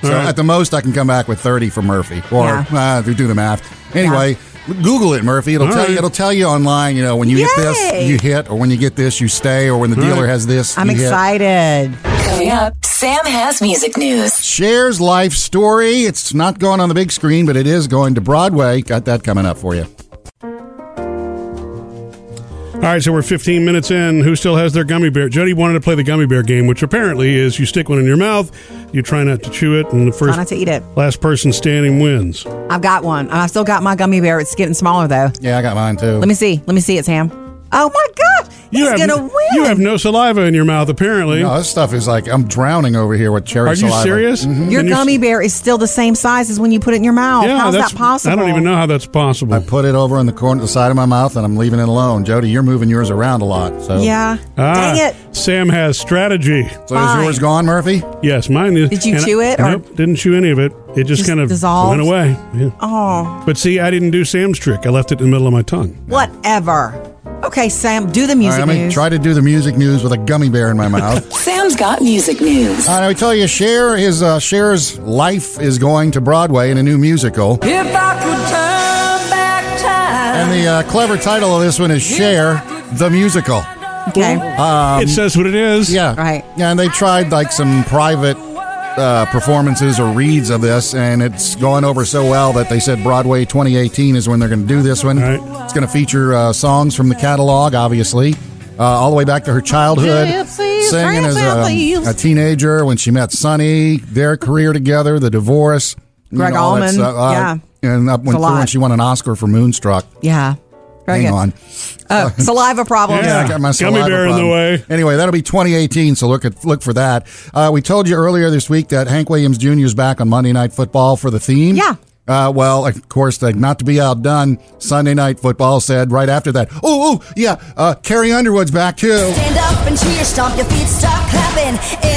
S3: So
S1: all right.
S3: at the most, I can come back with thirty for Murphy, or
S2: Yeah.
S3: uh, do the math. Anyway, Google it, Murphy. It'll
S1: All
S3: tell you.
S1: right.
S3: It'll tell you online. You know, when you get
S2: Yay!
S3: this, you hit, or when you get this, you stay, or when the dealer
S1: right.
S3: has this,
S2: I'm
S3: you hit.
S2: excited.
S4: Coming up, Sam has music news.
S3: Shares life story. It's not going on the big screen, but it is going to Broadway. Got that coming up for you.
S1: All right, so we're 15 minutes in. Who still has their gummy bear? Jody wanted to play the gummy bear game, which apparently is you stick one in your mouth, you try not to chew it, and the
S2: Try not
S1: first
S2: to eat it.
S1: last person standing wins.
S2: I've got one. I've still got my gummy bear. It's getting smaller though.
S3: Yeah, I got mine too.
S2: Let me see. Let me see it, Sam. Oh my gosh. He's
S1: have
S2: gonna win.
S1: you have no saliva in your mouth apparently.
S3: No, this stuff is like I'm drowning over here with cherry
S1: Are you
S3: saliva. Mm-hmm.
S1: serious?
S2: your
S1: And you're-
S2: gummy bear is still the same size as when you put it in your mouth.
S1: Yeah,
S2: How's
S1: that's
S2: that possible?
S1: I don't even know how that's possible.
S3: I put it over in the corner, the side of my mouth, and I'm leaving it alone. Jody, you're moving yours around a lot. So
S2: Yeah.
S1: Ah,
S2: Dang it.
S1: Sam has strategy.
S3: So is
S2: Fine.
S3: yours gone, Murphy?
S1: Yes, mine is.
S2: Did you
S1: and I-
S2: chew it, or-
S1: Nope, didn't chew any of it. It just,
S2: Just
S1: kind of
S2: dissolved?
S1: went away. Yeah.
S2: Oh.
S1: But see, I didn't do Sam's trick. I left it in the middle of my tongue.
S2: Whatever. Okay, Sam, do the
S3: All right,
S2: music
S3: I'm gonna
S2: news.
S3: try to do the music news with a gummy bear
S2: *laughs*
S3: in my mouth.
S4: Sam's got music news.
S3: I tell you, Cher is uh, Cher's life is going to Broadway in a new musical,
S8: If I could turn back time.
S3: and the uh, clever title of this one is Cher the Musical.
S2: okay.
S1: it says what it is.
S3: Um, Yeah,
S2: Right.
S3: Yeah, and they tried like some private uh, performances or reads of this, and it's gone over so well that they said Broadway 2018 is when they're going to do this one.
S1: Right.
S3: It's going to feature uh, songs from the catalog, obviously, uh, all the way back to her childhood, singing as um, a, a teenager when she met Sonny, their career together, the divorce, you
S2: Greg
S3: know, all
S2: Allman,
S3: that stuff. uh,
S2: yeah.
S3: and up when,
S2: It's a
S3: when
S2: lot.
S3: she won an Oscar for Moonstruck.
S2: Yeah. Very
S3: Hang
S2: good.
S3: on. *laughs*
S2: Oh, saliva problems.
S1: Yeah.
S3: Yeah, I got my
S1: Gummy
S3: saliva
S1: bear in the
S3: problem.
S1: way.
S3: Anyway, that'll be 2018, so look at look for that. Uh, we told you earlier this week that Hank Williams Jr. is back on Monday Night Football for the theme.
S2: Yeah.
S3: Uh, well, of course, like, not to be outdone, Sunday Night Football said right after that, oh, oh yeah, uh, Carrie Underwood's back too.
S9: Stand up and cheer, stomp your feet, start clapping.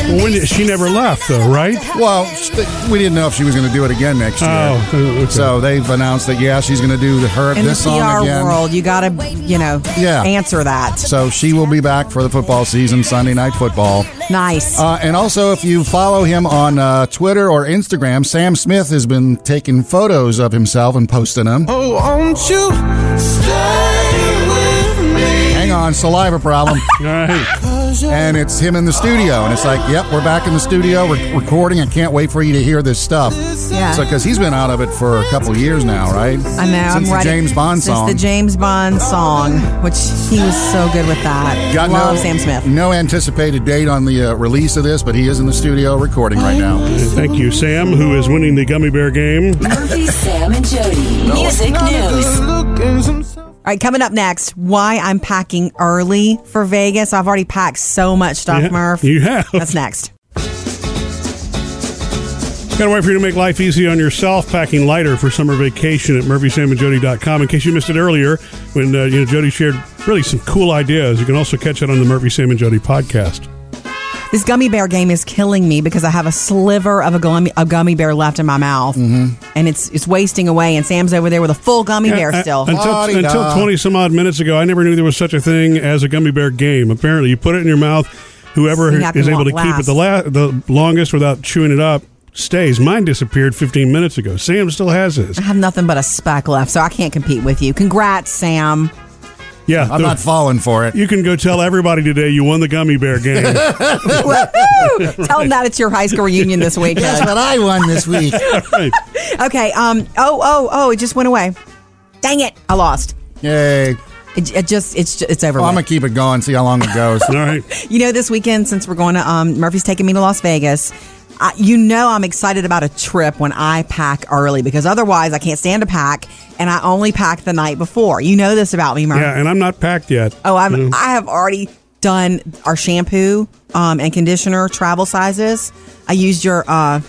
S9: In
S1: Well, when did- she never left, though, right?
S3: Well, st- we didn't know if she was going to do it again next year.
S1: Oh, okay.
S3: So they've announced that, yeah, she's going to do the, her,
S2: In
S3: this
S2: the
S3: song
S2: PR
S3: again.
S2: world, you got to, you know,
S3: Yeah.
S2: answer that.
S3: So she will be back for the football season, Sunday Night Football.
S2: Nice.
S3: Uh, and also, if you follow him on uh, Twitter or Instagram, Sam Smith has been taking photos of himself and posting them.
S8: Oh, won't you stay with me?
S3: Hang on, saliva problem.
S1: All right.
S3: and it's him in the studio. And it's like, yep, we're back in the studio. We're recording. I can't wait for you to hear this stuff.
S2: Yeah.
S3: So, because he's been out of it for a couple years now,
S2: I
S3: right?
S2: know.
S3: Since
S2: I'm
S3: the
S2: ready.
S3: James Bond
S2: Since
S3: song.
S2: the James Bond song, which he was so good with that.
S3: Got
S2: Love
S3: no,
S2: Sam Smith.
S3: No anticipated date on the uh, release of this, but he is in the studio recording right now.
S1: Thank you, Sam, who is winning the gummy bear game.
S4: Murphy, Sam, and Jody. Music news.
S8: Looking some stuff.
S2: All right, coming up next, why I'm packing early for Vegas. I've already packed so much stuff,
S1: Yeah,
S2: Murph.
S1: you have.
S2: That's next.
S1: Got a way for you to make life easy on yourself, packing lighter for summer vacation at murphysamandjody.com. In case you missed it earlier, when uh, you know Jody shared really some cool ideas, you can also catch it on the Murphy Sam and Jody podcast.
S2: This gummy bear game is killing me because I have a sliver of a gummy, a gummy bear left in my mouth, and it's it's wasting away. And Sam's over there with a full gummy bear
S1: Uh,
S2: still.
S1: Until,
S3: La-di-da.
S1: until 20 some odd minutes ago, I never knew there was such a thing as a gummy bear game. Apparently, you put it in your mouth, whoever
S2: See, I can
S1: is able
S2: walk
S1: to keep it the, la- the longest without chewing it up stays. Mine disappeared 15 minutes ago. Sam still has his.
S2: I have nothing but a speck left, so I can't compete with you. Congrats, Sam.
S1: Yeah.
S3: I'm
S1: the-
S3: not falling
S1: *laughs*
S3: for it.
S1: you can go tell everybody today you won the gummy bear
S3: *laughs*
S1: game.
S2: Woohoo! Tell them that it's your high school reunion this week.
S3: Guess what I won this week?
S1: right.
S2: Okay. Um. Oh. Oh. Oh. It just went away. Dang it! I lost.
S3: Yay.
S2: It, it just. It's. ju- It's over.
S3: Well, Oh, I'm
S2: with.
S3: going to keep it going, see how long it goes.
S1: All right.
S2: You know, this weekend, since we're going to, um, Murphy's taking me to Las Vegas. I, you know, I'm excited about a trip when I pack early because otherwise I can't stand to pack and I only pack the night before. You know this about me, Murphy.
S1: Yeah, and I'm not packed yet.
S2: Oh, I'm,
S1: You know?
S2: I have already done our shampoo um, and conditioner travel sizes. I used your uh,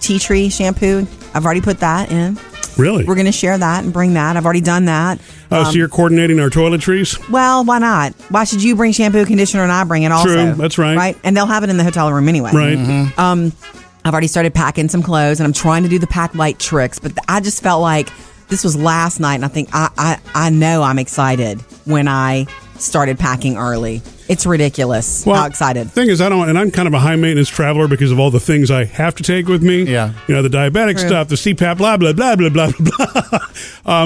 S2: tea tree shampoo. I've already put that in.
S1: really?
S2: We're um, going to share that and bring that. I've already done that.
S1: oh, so you're coordinating our toiletries?
S2: Well, why not? Why should you bring shampoo, conditioner, and I bring it also?
S1: True, that's right.
S2: Right, and they'll have it in the hotel room anyway. Mm-hmm. Um,
S1: Right.
S2: I've already started packing some clothes, and I'm trying to do the pack light tricks, but I just felt like this was last night, and I think I I, I know I'm excited when I started packing early. It's ridiculous how excited.
S1: Thing is, I don't, and I'm kind of a high maintenance traveler because of all the things I have to take with me.
S3: Yeah.
S1: you know the diabetic
S2: True.
S1: stuff, the CPAP, blah blah blah blah blah blah.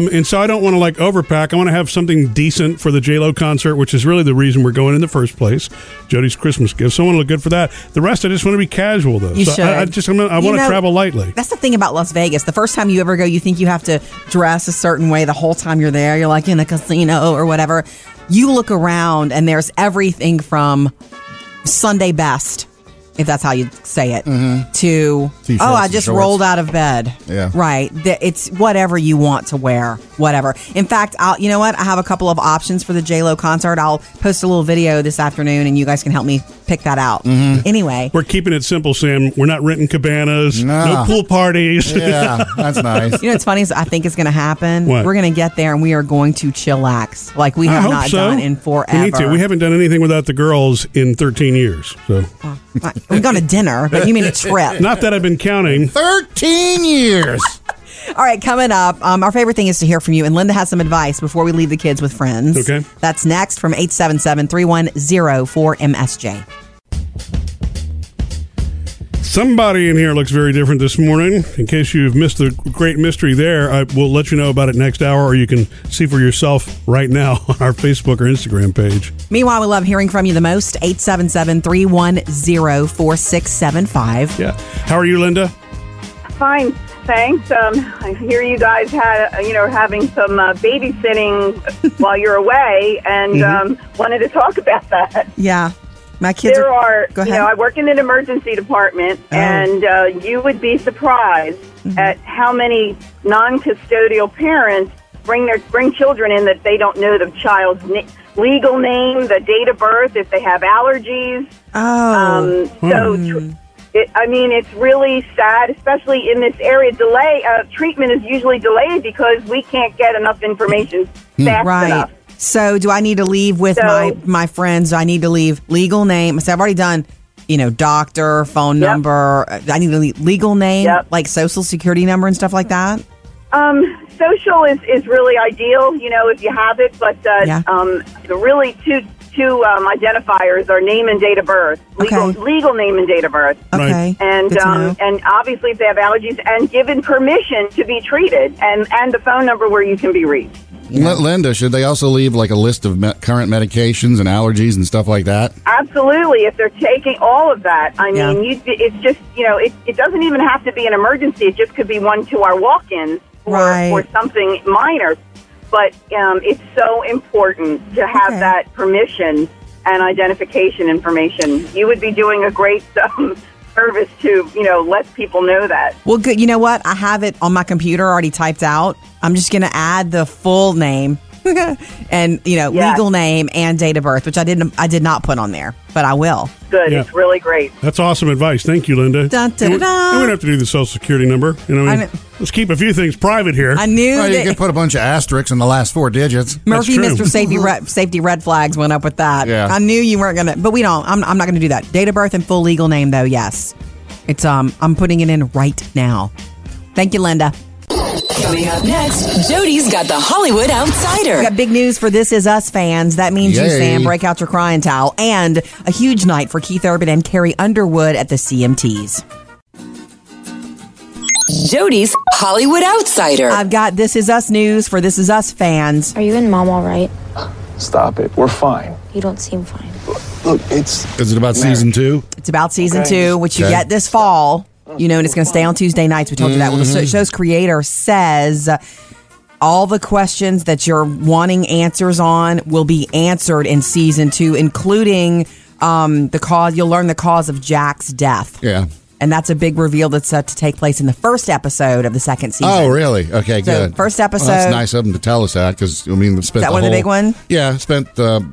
S1: *laughs* um, and so I don't want to like overpack. I want to have something decent for the J Lo concert, which is really the reason we're going in the first place. Jody's Christmas gift, so I want to look good for that. The rest, I just want to be casual though.
S2: You
S1: so
S2: should.
S1: I, I just I'm gonna, I
S2: You
S1: want to
S2: know,
S1: travel lightly.
S2: That's the thing about Las Vegas. The first time you ever go, you think you have to dress a certain way the whole time you're there. You're like in a casino or whatever. You look around and there's everything from Sunday best, if that's how you say it, to
S3: Mm-hmm. T-shirts
S2: oh, I
S3: and
S2: just
S3: shorts.
S2: rolled out of bed.
S3: Yeah.
S2: right. Th- It's whatever you want to wear, whatever. In fact, I'll you know what? I have a couple of options for the J Lo concert. I'll post a little video this afternoon, and you guys can help me pick that out.
S3: Mm-hmm.
S2: Anyway,
S1: We're keeping it simple, Sam. We're not renting cabanas,
S3: Nah.
S1: no pool parties.
S3: Yeah, that's nice.
S2: You know what's funny is I think it's going to happen.
S1: What?
S2: We're going to get there and we are going to chillax like we
S1: I
S2: have
S1: hope
S2: not
S1: so.
S2: done in forever.
S1: We need to. We haven't done anything without the girls in 13 years. So,
S2: We've gone Uh, to dinner, but you mean
S1: *laughs*
S2: a trip?
S1: not that I've been counting.
S3: 13 years.
S2: All right, coming up, um, our favorite thing is to hear from you. And Linda has some advice before we leave the kids with friends.
S1: Okay.
S2: That's next from 877 310 4MSJ.
S1: Somebody in here looks very different this morning. In case you've missed the great mystery there, I will let you know about it next hour, or you can see for yourself right now *laughs* on our Facebook or Instagram page.
S2: Meanwhile, we love hearing from you the most 877 310 4675.
S1: Yeah. How are you, Linda?
S10: Fine, thanks. Um, I hear you guys had, uh, you know, having some uh, babysitting while you're away, and
S8: Mm-hmm.
S10: um, wanted to talk about that.
S2: Yeah. My kids
S10: There are,
S2: Go
S10: you
S2: ahead. Oh.
S10: know, I work in an emergency department, and uh, you would be surprised
S2: Mm-hmm.
S10: at how many non-custodial parents bring their bring children in that they don't know the child's na- legal name, the date of birth, if they have allergies.
S2: oh.
S10: Um, so, tr- It, I mean, it's really sad, especially in this area. Delay uh, treatment is usually delayed because we can't get enough information fast
S2: Hmm. right.
S10: enough.
S2: So do I need to leave with
S10: So-
S2: my my friends? Do I need to leave legal name? So I've already done, you know, doctor, phone number. Uh, I need to leave legal name, like social security number and stuff like that.
S10: Um, social is, is really ideal, you know, if you have it. But uh,
S2: Yeah.
S10: um, the really two two um, identifiers are name and date of birth, legal legal name and date of birth.
S2: Okay.
S10: And
S2: Good to know.
S10: um, and obviously, if they have allergies, and given permission to be treated, and and the phone number where you can be reached.
S3: L- Linda, should they also leave like a list of me- current medications and allergies and stuff like that?
S10: Absolutely, if they're taking all of that, I mean,
S3: Yeah.
S10: you, it's just you know, it, it doesn't even have to be an emergency. It just could be one to our walk-ins or,
S2: Right.
S10: or something minor. But um, it's so important to have that permission and identification information. You would be doing a great *laughs* um, service to you know let people know that.
S2: Well, good. You know what? I have it on my computer already typed out. I'm just going to add the full name *laughs* and you know
S10: Yes.
S2: legal name and date of birth, which I didn't. I did not put on there, but I will.
S10: Good,
S1: Yeah.
S10: it's really great.
S1: That's awesome advice. Thank you, Linda.
S2: Dun, dun,
S1: You wouldn't-
S2: dun.
S1: you wouldn't have to do the social security number. You know, what I mean?
S2: I kn-
S1: let's keep a few things private here.
S2: I knew
S3: Well, you
S2: that- *laughs*
S3: could put a bunch of asterisks in the last four digits.
S2: Murphy, Mr. Safety red, safety red flags went up with that.
S3: Yeah.
S2: I knew you weren't gonna, but we don't. I'm, I'm not gonna do that. Date of birth and full legal name, though. Yes, it's um. I'm putting it in right now. Thank you, Linda.
S4: Coming up next, Jody's got the Hollywood
S2: We
S4: Outsider.
S2: got big news for This Is Us fans. That means you,
S4: Yay.
S2: Sam, break out your crying towel, and a huge night for Keith Urban and Carrie Underwood at the CMTs.
S4: Jody's Hollywood Outsider.
S2: I've got This Is Us news for This Is Us fans. Are you and Mom all right?
S11: Stop it. We're fine.
S2: You don't seem fine.
S11: Look, it's.
S3: Is it about season two?
S2: It's about season
S3: Okay.
S2: two, which you
S3: Okay.
S2: get this fall. You know, and it's going to stay on Tuesday nights. We told you that. Well, the
S3: Mhm.
S2: show's creator says uh, all the questions that you're wanting answers on will be answered in season two, including um, the cause. You'll learn the cause of Jack's death.
S3: Yeah.
S2: And that's a big reveal that's set to take place in the first episode of the second season.
S3: Oh, really? Okay,
S2: So,
S3: good.
S2: first
S3: Well,
S2: episode-
S3: that's nice of them to tell us that because I mean, they
S2: Is
S3: spent
S2: that
S3: the
S2: one of
S3: whole,
S2: the big one?
S3: Yeah, spent the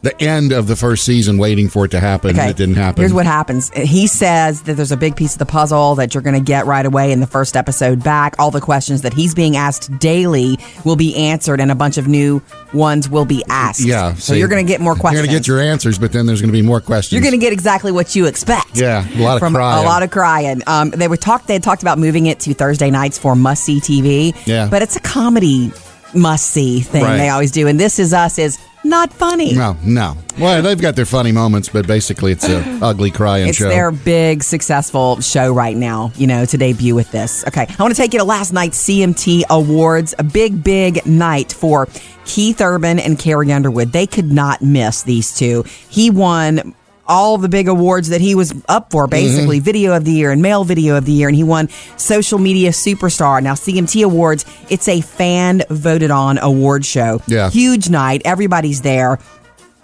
S3: the end of the first season waiting for it to happen, and it didn't happen.
S2: Here's what happens. He says that there's a big piece of the puzzle that you're going to get right away in the first episode back. All the questions that he's being asked daily will be answered, and a bunch of new ones will be asked.
S3: Yeah,
S2: So,
S3: see,
S2: you're going to get more
S3: You're
S2: questions.
S3: going to get your answers, but then there's going to be more questions.
S2: You're gonna get exactly what you expect.
S3: Yeah, a lot of
S2: from
S3: crying.
S2: a lot of crying. Um, they were talk. They had talked about moving it to Thursday nights for must see TV.
S3: Yeah.
S2: but it's a comedy must see thing
S3: Right.
S2: they always do, and this is us is not funny.
S3: No, no. Well, they've got their funny moments, but basically it's a
S2: *laughs*
S3: ugly crying
S2: it's
S3: show.
S2: their big successful show right now you know to debut with this okay i want to take you to last night's cmt awards a big big night for keith urban and carrie underwood they could not miss these two he won all the big awards that he was up
S3: Mm-hmm.
S2: for basically video of the year and male video of the year and he won social media superstar now cmt awards it's a fan voted on award show
S3: Yeah.
S2: huge night everybody's there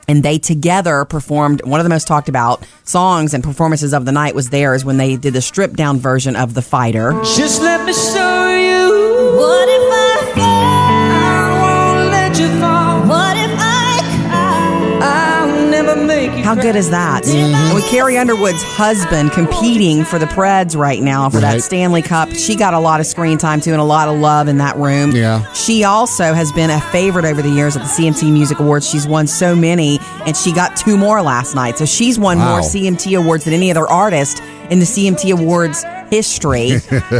S2: and they together performed one of the most talked about songs and performances of the night was theirs when they did the stripped down version of The Fighter.
S8: Just let me show you. What if I fall? I won't let you fall. What if I cry? I'll never make you
S2: How good is that? And With Carrie Underwood's husband competing for the Preds right now for that
S3: Right.
S2: Stanley Cup, she got a lot of screen time too and a lot of love in that room.
S3: Yeah.
S2: She also has been a favorite over the years at the CMT Music Awards. She's won so many, and she got two more last night. So she's won
S3: Wow.
S2: more CMT awards than any other artist in the CMT Awards
S3: *laughs*
S2: history.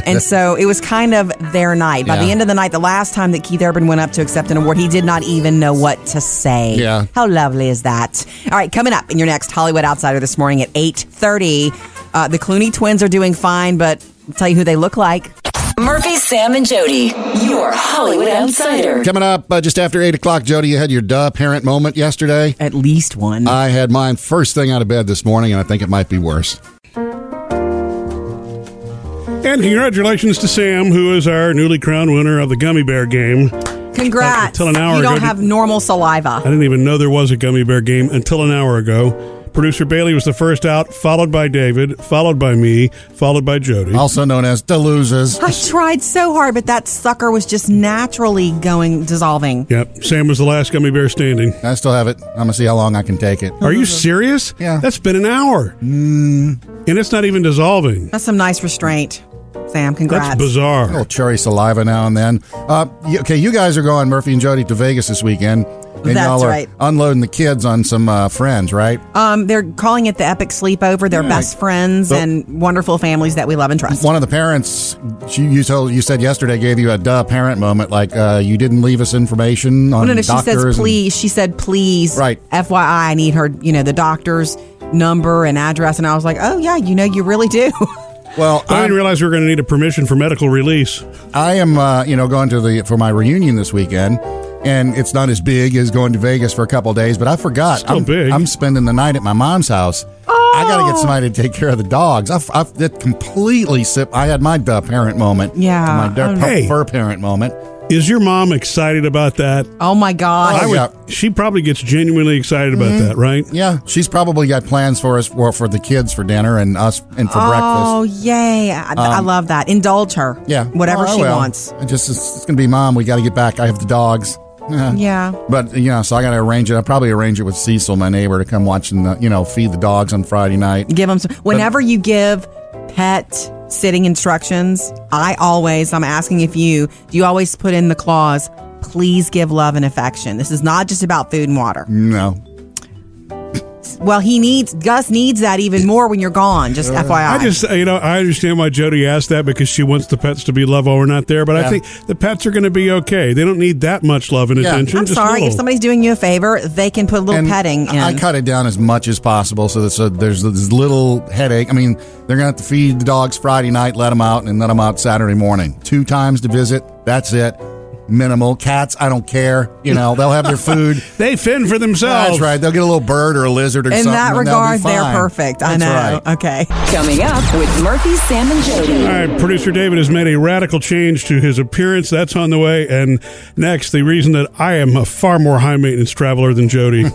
S2: and so it was kind of their night. By the
S3: Yeah.
S2: end of the night, the last time that Keith Urban went up to accept an award, he did not even know what to say.
S3: Yeah.
S2: How lovely is that? All right, coming up in your next Hollywood Outsider this morning at 8.30, uh, the Clooney twins are doing fine, but I'll tell you who they look like.
S4: Murphy, Sam, and Jody, your Hollywood Outsider.
S3: Coming up uh, just after 8 o'clock, Jody, you had your duh parent moment yesterday.
S2: At least one.
S3: I had mine first thing out of bed this morning, and I think it might be worse.
S1: And congratulations to Sam, who is our newly crowned winner of the gummy bear game.
S2: Congrats.
S1: Until an hour
S2: you don't
S1: ago,
S2: have normal saliva.
S1: I didn't even know there was a gummy bear game until an hour ago. Producer Bailey was the first out, followed by David, followed by me, followed by Jody.
S3: Also known as Deluzas.
S2: I tried so hard, but that sucker was just naturally going dissolving.
S1: Yep. Sam was the last gummy bear standing.
S3: I still have it. I'm going to see how long I can take it.
S1: Are you serious?
S3: Yeah.
S1: That's been an hour. And it's not even dissolving.
S2: That's some nice restraint, Sam. Congrats.
S1: That's bizarre.
S3: A little cherry saliva now and then. Uh, y- okay, you guys are going, Murphy and Jody, to Vegas this weekend. And
S2: That's
S3: y'all are
S2: right.
S3: unloading the kids on some uh, friends, right?
S2: Um, they're calling it the epic sleepover. They're best friends
S3: But-
S2: and wonderful families that we love and trust.
S3: One of the parents, she, you told you said yesterday, gave you a duh parent moment, like uh, you didn't leave us information on
S2: no, no, she
S3: doctors.
S2: says
S3: and-
S2: please. She said please.
S3: Right.
S2: FYI, I need her. You know the doctor's number and address, and I was like, oh yeah, you know you really do. *laughs*
S3: well,
S1: I
S3: I'm-
S1: didn't realize we were going to need a permission for medical release.
S3: I am, uh, you know, going to the for my reunion this weekend, and it's not as big as going to Vegas for a couple of days. But I forgot,
S1: Still
S3: I'm,
S1: big.
S3: I'm spending the night at my mom's house. I got to
S2: Oh.
S3: get somebody to take care of the dogs. I, I that completely sip. I had my duh parent moment.
S2: Yeah.
S3: my duh,
S2: Oh,
S3: per,
S1: no.
S3: fur parent moment.
S1: Is your mom excited about that?
S2: oh my god.
S3: I would- yeah.
S1: She probably gets genuinely excited about that, right?
S3: Yeah, she's probably got plans for us for for the kids for dinner and us and for breakfast. Um,
S2: Oh yay! I, I love that. Indulge her.
S3: Yeah,
S2: Whatever
S3: Oh, I
S2: she
S3: will.
S2: wants.
S3: I just it's, it's gonna be mom. We got to get back. I have
S2: *laughs*
S3: the dogs. *laughs*
S2: Yeah.
S3: But you know, so I got to arrange it. I probably arrange it with Cecil, my neighbor, to come watching the you know feed the dogs on Friday night.
S2: Give them some. Whenever you give pet sitting instructions, I always, I'm asking if you, do you always put in the clause, please give love and affection? This is not just about food and water.
S3: No,
S2: Well, he needs, Gus needs that even more when you're gone,
S3: Uh,
S2: just FYI.
S1: I just, you know, I understand why Jody asked that because she wants the pets to be loved while we're not there. But I
S3: Yeah.
S1: think the pets are going to be okay. They don't need that much love and
S3: Yeah.
S1: attention.
S2: I'm
S1: just
S2: sorry.
S1: a
S2: If
S1: little.
S2: somebody's doing you a favor, they can put a little
S3: And
S2: petting in.
S3: I I cut it down as much as possible so that so there's this little headache. I mean, they're gonna have to feed the dogs Friday night, let them out, and let them out Saturday morning. Two times to visit. That's it. Minimal cats. I don't care. You know, they'll have their food.
S1: they fend for themselves.
S3: That's right. They'll get a little bird or a lizard or
S2: in
S3: something.
S2: that
S3: and they'll be
S2: regard, they're
S3: fine.
S2: perfect. I
S3: That's
S2: know.
S3: right.
S2: Okay.
S4: Coming up with Murphy, Sam, and Jody.
S1: All right, producer David has made a radical change to his appearance. That's on the way. And next, the reason that I am a far more high maintenance traveler than Jody.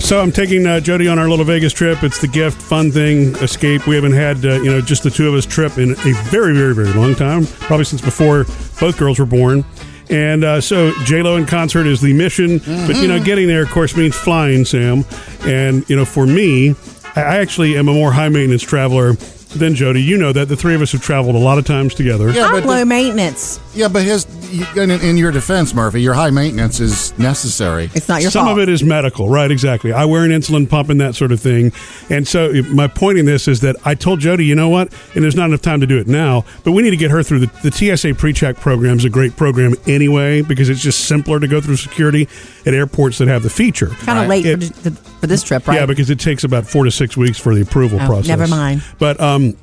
S1: So I'm taking uh, Jody on our little Vegas trip. It's the gift, fun thing, escape. We haven't had uh, you know just the two of us trip in a very, very, very long time, probably since before both girls were born. And uh, so J Lo in concert is the mission, but you know getting there, of course, means flying, Sam. And you know for me, I I actually am a more high maintenance traveler than Jody. You know that the three of us have traveled a lot of times together.
S3: Yeah,
S2: I'm
S3: but
S2: low
S3: the-
S2: maintenance.
S3: yeah, but his in, in your defense, Murphy, your high maintenance is necessary.
S2: It's not your
S1: Some
S2: fault.
S1: of it is medical, right? Exactly. I wear an insulin pump and that sort of thing. And so my point in this is that I told Jody, you know what? And there's not enough time to do it now, but we need to get her through the, the TSA PreCheck program is a great program anyway because it's just simpler to go through security at airports that have the feature.
S2: kind of late
S1: It-
S2: for, th- for this trip, right?
S1: yeah, because it takes about four to six weeks for the approval
S2: Oh,
S1: process.
S2: never mind.
S1: But um,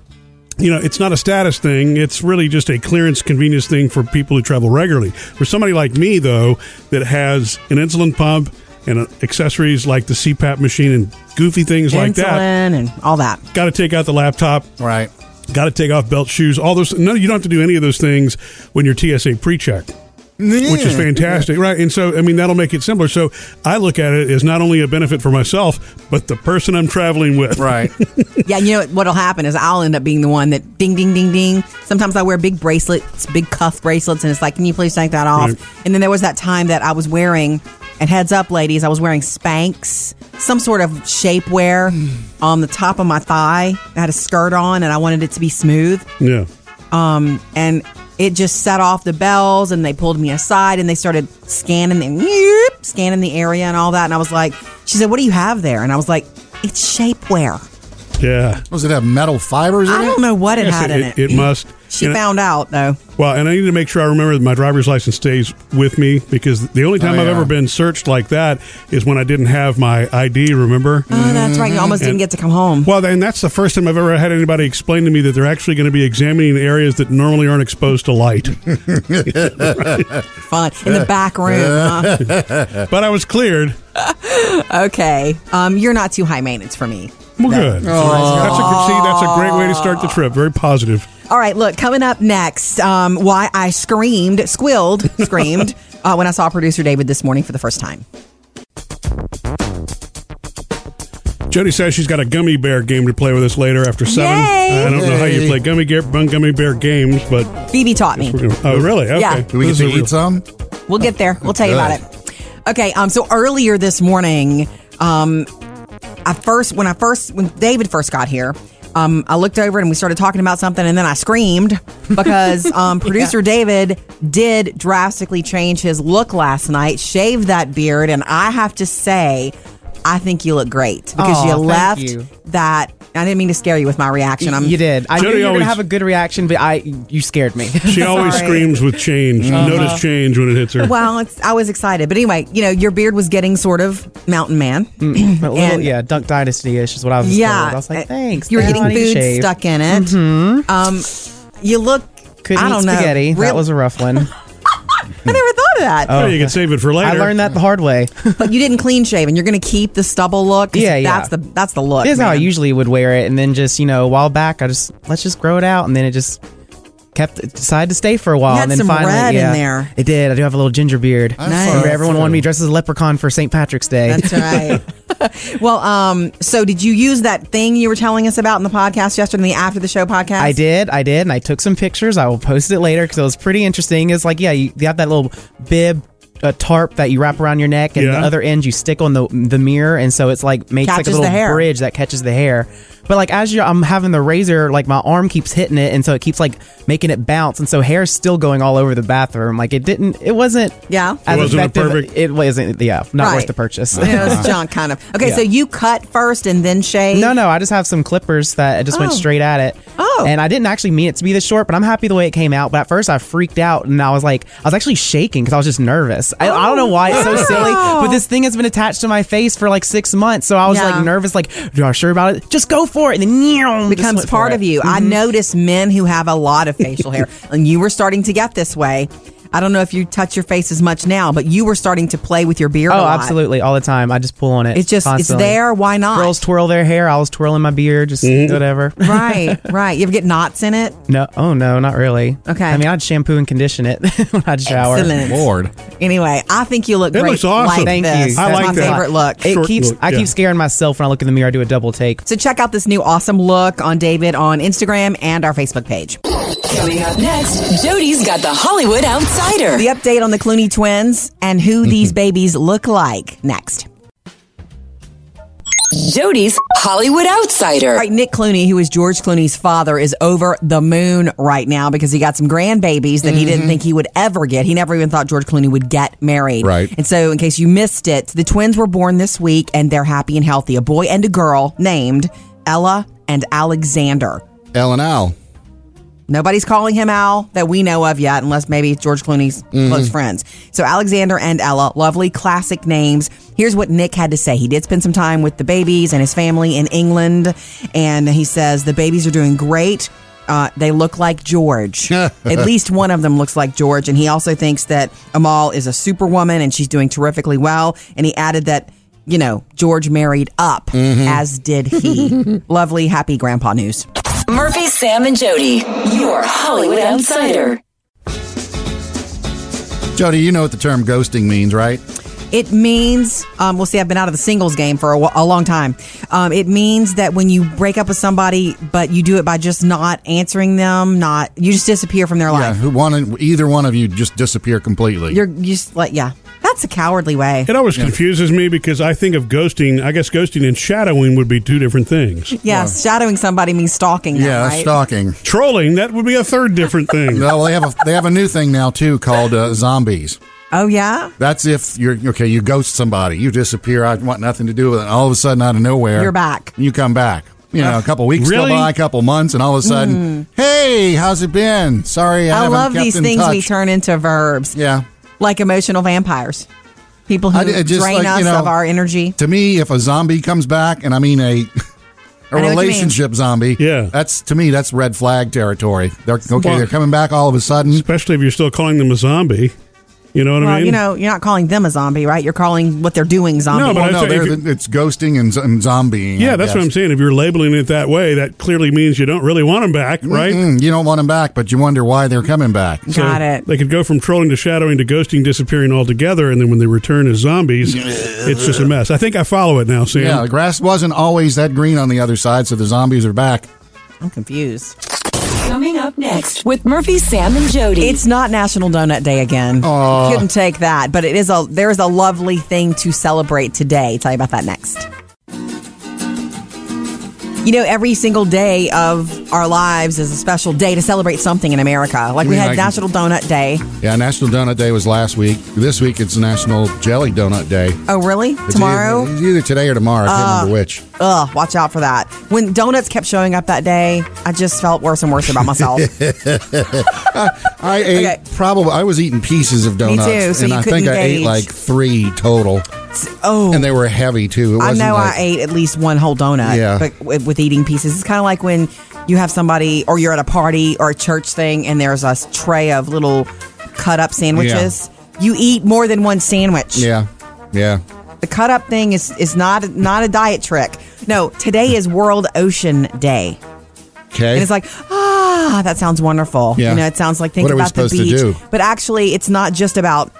S1: you know, it's not a status thing. It's really just a clearance convenience thing for people who travel regularly. For somebody like me, though, that has an insulin pump and uh, accessories like the CPAP machine and goofy things
S2: Insulin
S1: like that,
S2: and all that.
S1: got to take out the laptop.
S3: Right.
S1: Got to take off belt, shoes, all those. No, you don't have to do any of those things when you're TSA pre-check which is fantastic, right? And so, I mean, that'll make it simpler. So, I look at it as not only a benefit for myself, but the person I'm traveling with.
S3: *laughs* Right.
S2: Yeah, you know what- what'll happen is I'll end up being the one that ding, ding, ding, ding. Sometimes I wear big bracelets, big cuff bracelets, and it's like, can you please take that off?
S1: Right.
S2: And then there was that time that I was wearing, and heads up, ladies, I was wearing Spanx, some sort of *sighs* shapewear on the top of my thigh. I had a skirt on, and I wanted it to be smooth.
S1: *laughs* Yeah.
S2: Um, and it just set off the bells, and they pulled me aside, and they started scanning the scanning the area and all that. And I was like, she said, "What do you have there?" And I was like, "It's shapewear."
S1: Yeah.
S3: Was it have metal fibers in
S2: I
S3: it?
S2: don't know what it had in it.
S1: it must.
S2: She
S1: And I-
S2: found out though.
S1: well, and I need to make sure I remember that my driver's license stays with me because the only time
S3: Oh,
S1: I've
S3: yeah.
S1: ever been searched like that is when I didn't have my ID, remember?
S2: Oh, that's right. You almost didn't get to come home.
S1: Well, and that's the first time I've ever had anybody explain to me that they're actually going to be examining areas that normally aren't exposed to light.
S2: Fun in the back room. huh?
S1: but I was cleared.
S2: Okay. Um, you're not too high maintenance for me.
S1: Well, good. That's a, see, that's a great way to start the trip. Very positive.
S2: All right. Look, coming up next, um, why I screamed, squilled, screamed uh, when I saw producer David this morning for the first time.
S1: Jody says she's got a gummy bear game to play with us later after seven.
S2: Yay!
S1: I don't know how you
S2: Yay.
S1: play gummy bear, gummy bear games, but
S2: Phoebe taught me.
S1: oh really? Okay.
S2: Yeah. Do we
S1: This
S2: get
S1: is
S2: to
S1: a real-
S2: eat We'll get there. We'll tell you
S1: Good.
S2: about it. Okay. Um. So earlier this morning, um, I first when I first when David first got here, um, I looked over and we started talking about something, and then I screamed
S6: *laughs*
S2: because um, producer David did drastically change his look last night, shaved that beard, and I have to say. I think you look great because
S6: Aw,
S2: you
S6: thank
S2: left
S6: you.
S2: that. I didn't mean to scare you with my reaction. I'm,
S6: you did. I
S2: I'm-
S6: knew you were gonna have a good reaction, but I you scared me. *laughs*
S1: She always
S2: Sorry.
S1: screams with change.
S6: Uh-huh.
S1: Notice change when it hits her.
S2: Well, it's, I was excited, but anyway, you know, your beard was getting sort of mountain man.
S6: Mm, a little,
S2: And-
S6: yeah, Dunk Dynasty ish is what I was.
S2: yeah,
S6: told. I was like, thanks.
S2: You were
S6: man, I
S2: getting
S6: need to
S2: food
S6: shave." Mm-hmm.
S2: stuck in it. Um, you look.
S6: Couldn't
S2: I don't
S6: eat
S2: know.
S6: spaghetti.
S2: Real-
S6: That was a rough one.
S2: I never thought of that.
S6: Oh, you can
S1: save it for later.
S6: I learned that the hard way.
S2: but you didn't clean shave, and you're going to keep the stubble look. 'Cause
S6: Yeah, yeah.
S2: That's the that's the look.
S6: This is how I
S2: man.
S6: usually would wear it, and then just you know, a while back, I just let's just grow it out, and then it just kept it decided to stay for a while,
S2: had
S6: and then
S2: some
S6: finally,
S2: red in
S6: yeah,
S2: there.
S6: it did. I do have a little ginger beard.
S2: I Nice. saw
S6: Remember,
S2: that
S6: everyone
S2: too.
S6: wanted me dressed as a leprechaun for St. Patrick's Day.
S2: *laughs* That's right. *laughs* well, um, so did you use that thing you were telling us about in the podcast yesterday, in the after the show podcast?
S6: I did, I did, and I took some pictures. I will post it later because it was pretty interesting. It's like, yeah, you, you have that little bib, a tarp that you wrap around your neck, and
S12: Yeah.
S6: the other end you stick on the the mirror, and so it's like makes
S12: Catches
S6: like a
S12: the hair.
S6: little bridge that catches the hair. But like as you, I'm having the razor, like my arm keeps hitting it, and so it keeps like making it bounce, and so hair's still going all over the bathroom. Like it didn't, it wasn't,
S2: yeah,
S6: as
S2: It wasn't a
S6: effective.
S2: perfect-
S6: It wasn't, yeah, not
S2: Right.
S6: worth the purchase.
S2: Yeah,
S6: *laughs*
S2: it was junk, kind of. Okay,
S6: Yeah.
S2: so you cut first and then shave.
S6: No, no, I just have some clippers that I just went
S2: Oh.
S6: straight at it. Oh. And I didn't actually mean it to be this short, but I'm happy the way it came out. But at first I freaked out and I was like, I was actually shaking because I was just nervous. I, I don't know why it's
S2: Oh,
S6: so silly, but this thing has been attached to my face for like six months. So I was
S2: Yeah.
S6: like nervous, like, you are sure about it? Just go for it. And then meow, just
S2: becomes
S6: went for
S2: part
S6: it.
S2: of you. I
S6: Mhm.
S2: notice men who have a lot of facial
S6: *laughs*
S2: hair, and you were starting to get this way. I don't know if you touch your face as much now, but you were starting to play with your beard. a
S6: Oh,
S2: lot.
S6: absolutely. All the time. I just pull on it.
S2: It's just
S6: constantly.
S2: it's there. Why not?
S6: Girls *laughs* twirl their hair. I was twirling my beard, just whatever.
S2: right, right. You ever get knots in it?
S6: No, oh no, not really. Okay. I mean, I'd shampoo and condition it *laughs* when I'd shower.
S2: Excellent.
S6: Lord.
S2: Anyway, I think you look great. Like
S6: Thank
S2: this.
S6: you.
S2: That's my favorite look.
S6: It keeps. I keep scaring myself when I look in the mirror. I do a double take.
S2: So check out this new awesome look on David on Instagram and our Facebook page.
S4: Coming up next, Jody's got the Hollywood Outsider.
S2: The update on the Clooney twins and who
S6: Mm-hmm.
S2: these babies look like next.
S4: Jody's Hollywood Outsider.
S2: All right, Nick Clooney, who is George Clooney's father, is over the moon right now because he got some grandbabies that he didn't
S13: Mhm.
S2: think he would ever get. He never even thought George Clooney would get married.
S13: Right.
S2: And so, in case you missed it, the twins were born this week and they're happy and healthy a boy and a girl named Ella and Alexander.
S3: Al and Al.
S2: Nobody's calling him Al that we know of yet, unless maybe it's George Clooney's close friends. So Alexander and Ella, lovely classic names. Here's what Nick had to say. He did spend some time with the babies and his family in England, and he says the babies are doing great. Uh, they look like George. At least one of them looks like George, and he also thinks that Amal is a superwoman and she's doing terrifically well. And he added that. You know, George married up, as did he. Lovely, happy grandpa news.
S4: Murphy, Sam, and Jody, your Hollywood Outsider.
S3: Jody, you know what the term ghosting means, right?
S2: It means, um, well, see, I've been out of the singles game for a, wh- a long time. Um, it means that when you break up with somebody, but you do it by just not answering them, not you just disappear from their
S3: Yeah,
S2: life.
S3: who one either one of you just disappear completely.
S2: You're you just like, yeah, that's a cowardly way.
S1: It always confuses me because I think of ghosting. I guess ghosting and shadowing would be two different things.
S2: Yeah, shadowing somebody means stalking. them, right?
S3: stalking,
S1: trolling. That would be a third different
S2: *laughs*
S1: thing.
S3: no, well, they have a they have a new thing now too called uh, zombies.
S2: Oh yeah,
S3: That's if you're okay. You ghost somebody, you disappear. I want nothing to do with it. And all of a sudden, out of nowhere,
S2: You're back.
S3: You come back. You know, a couple weeks
S1: Really?
S3: go by, a couple months, and all of a sudden, hey, how's it been? Sorry,
S2: Hmm.
S3: I,
S2: I
S3: haven't
S2: love
S3: kept
S2: these
S3: in
S2: things we
S3: touch."
S2: turn into verbs.
S3: Yeah,
S2: like emotional vampires, people who
S3: I- I just
S2: drain
S3: like,
S2: us
S3: you know,
S2: of our energy.
S3: To me, if a zombie comes back, and I mean a *laughs* a
S2: I know what you mean.
S3: relationship zombie, yeah, that's to me that's red flag territory. They're okay.
S1: Well-
S3: they're coming back all of a sudden,
S1: especially if you're still calling them a zombie. You know what
S2: well,
S1: I mean?
S2: you know, you're not calling them a zombie, right? You're calling what they're doing zombie.
S3: well, no, they're- it's ghosting and, z- and zombieing.
S1: yeah, that's what I'm saying. If you're labeling it that way, that clearly means you don't really want them back, right?
S3: Hmm, You don't want them back, but you wonder why they're coming back.
S1: So They could go from trolling to shadowing to ghosting, disappearing altogether, and then when they return as zombies, it's just a mess. I think I follow it now, Sam.
S3: Yeah, the grass wasn't always that green on the other side, so the zombies are back.
S2: I'm confused.
S4: Coming up next with Murphy, Sam, and Jody.
S2: It's not National Donut Day again.
S3: Aw.
S2: Couldn't take that, but it is a there is a lovely thing to celebrate today. Tell you about that next. You know, every single day of our lives is a special day to celebrate something in America. Like
S3: You
S2: we
S3: mean
S2: had
S3: like-
S2: National Donut Day.
S3: Yeah, National Donut Day was last week. This week it's National Jelly Donut Day.
S2: Oh, really?
S3: It's
S2: Tomorrow?
S3: either- it's either today or tomorrow. I can't
S2: Uh,
S3: remember which.
S2: Ugh, watch out for that. When donuts kept showing up that day, I just felt worse and worse about myself.
S3: I ate probably. I was eating pieces of
S2: Me too,
S3: donuts,
S2: so
S3: and
S2: you
S3: I
S2: couldn't
S3: think I ate
S2: gauge.
S3: like three total.
S2: Oh,
S3: and they were heavy too. It
S2: I
S3: wasn't
S2: know
S3: like,
S2: I ate at least one whole donut
S3: Yeah.
S2: but with, with eating pieces. It's kind of like when you have somebody or you're at a party or a church thing and there's a s- tray of little cut up sandwiches. You eat more than one sandwich.
S3: Yeah, yeah.
S2: The cut up thing is, is not not a diet trick. No, today is World Ocean Day.
S3: Okay,
S2: And it's like, ah, that sounds wonderful.
S3: Yeah.
S2: You know, it sounds like think
S3: What are we
S2: about the
S3: supposed to
S2: beach.
S3: do?
S2: But actually, it's not just about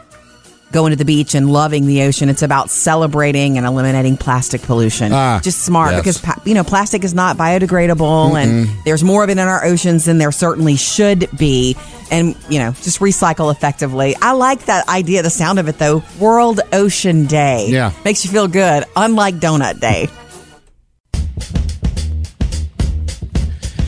S2: going to the beach and loving the ocean. It's about celebrating and eliminating plastic pollution.
S12: Ah,
S2: just smart
S12: yes.
S2: because, pa- you know, plastic is not biodegradable
S12: Mm-mm.
S2: and there's more of it in our oceans than there certainly should be. And, you know, just recycle effectively. I like that idea, the sound of it though. World Ocean Day.
S3: Yeah.
S2: Makes you feel good, unlike Donut Day.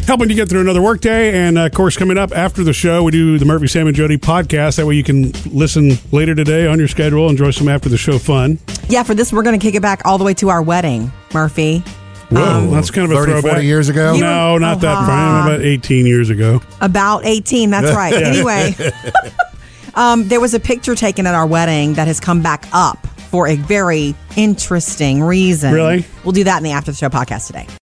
S1: helping you get through another workday. And uh, of course, coming up after the show, we do the Murphy, Sam, and Jody podcast. That way you can listen later today on your schedule, enjoy some after the show fun.
S2: Yeah, for this, we're going to kick it back all the way to our wedding, Murphy.
S1: Whoa, that's kind of a
S3: 30, 40
S1: throwback.
S3: Oh, years ago? You
S1: No,
S3: were-
S1: not that
S2: Uh-huh.
S1: far. About 18 years ago.
S2: About 18, that's
S1: *laughs*
S2: right.
S1: Yeah.
S2: Anyway, *laughs* um, there was a picture taken at our wedding that has come back up for a very interesting reason.
S1: Really?
S2: We'll do that in the after the show podcast today.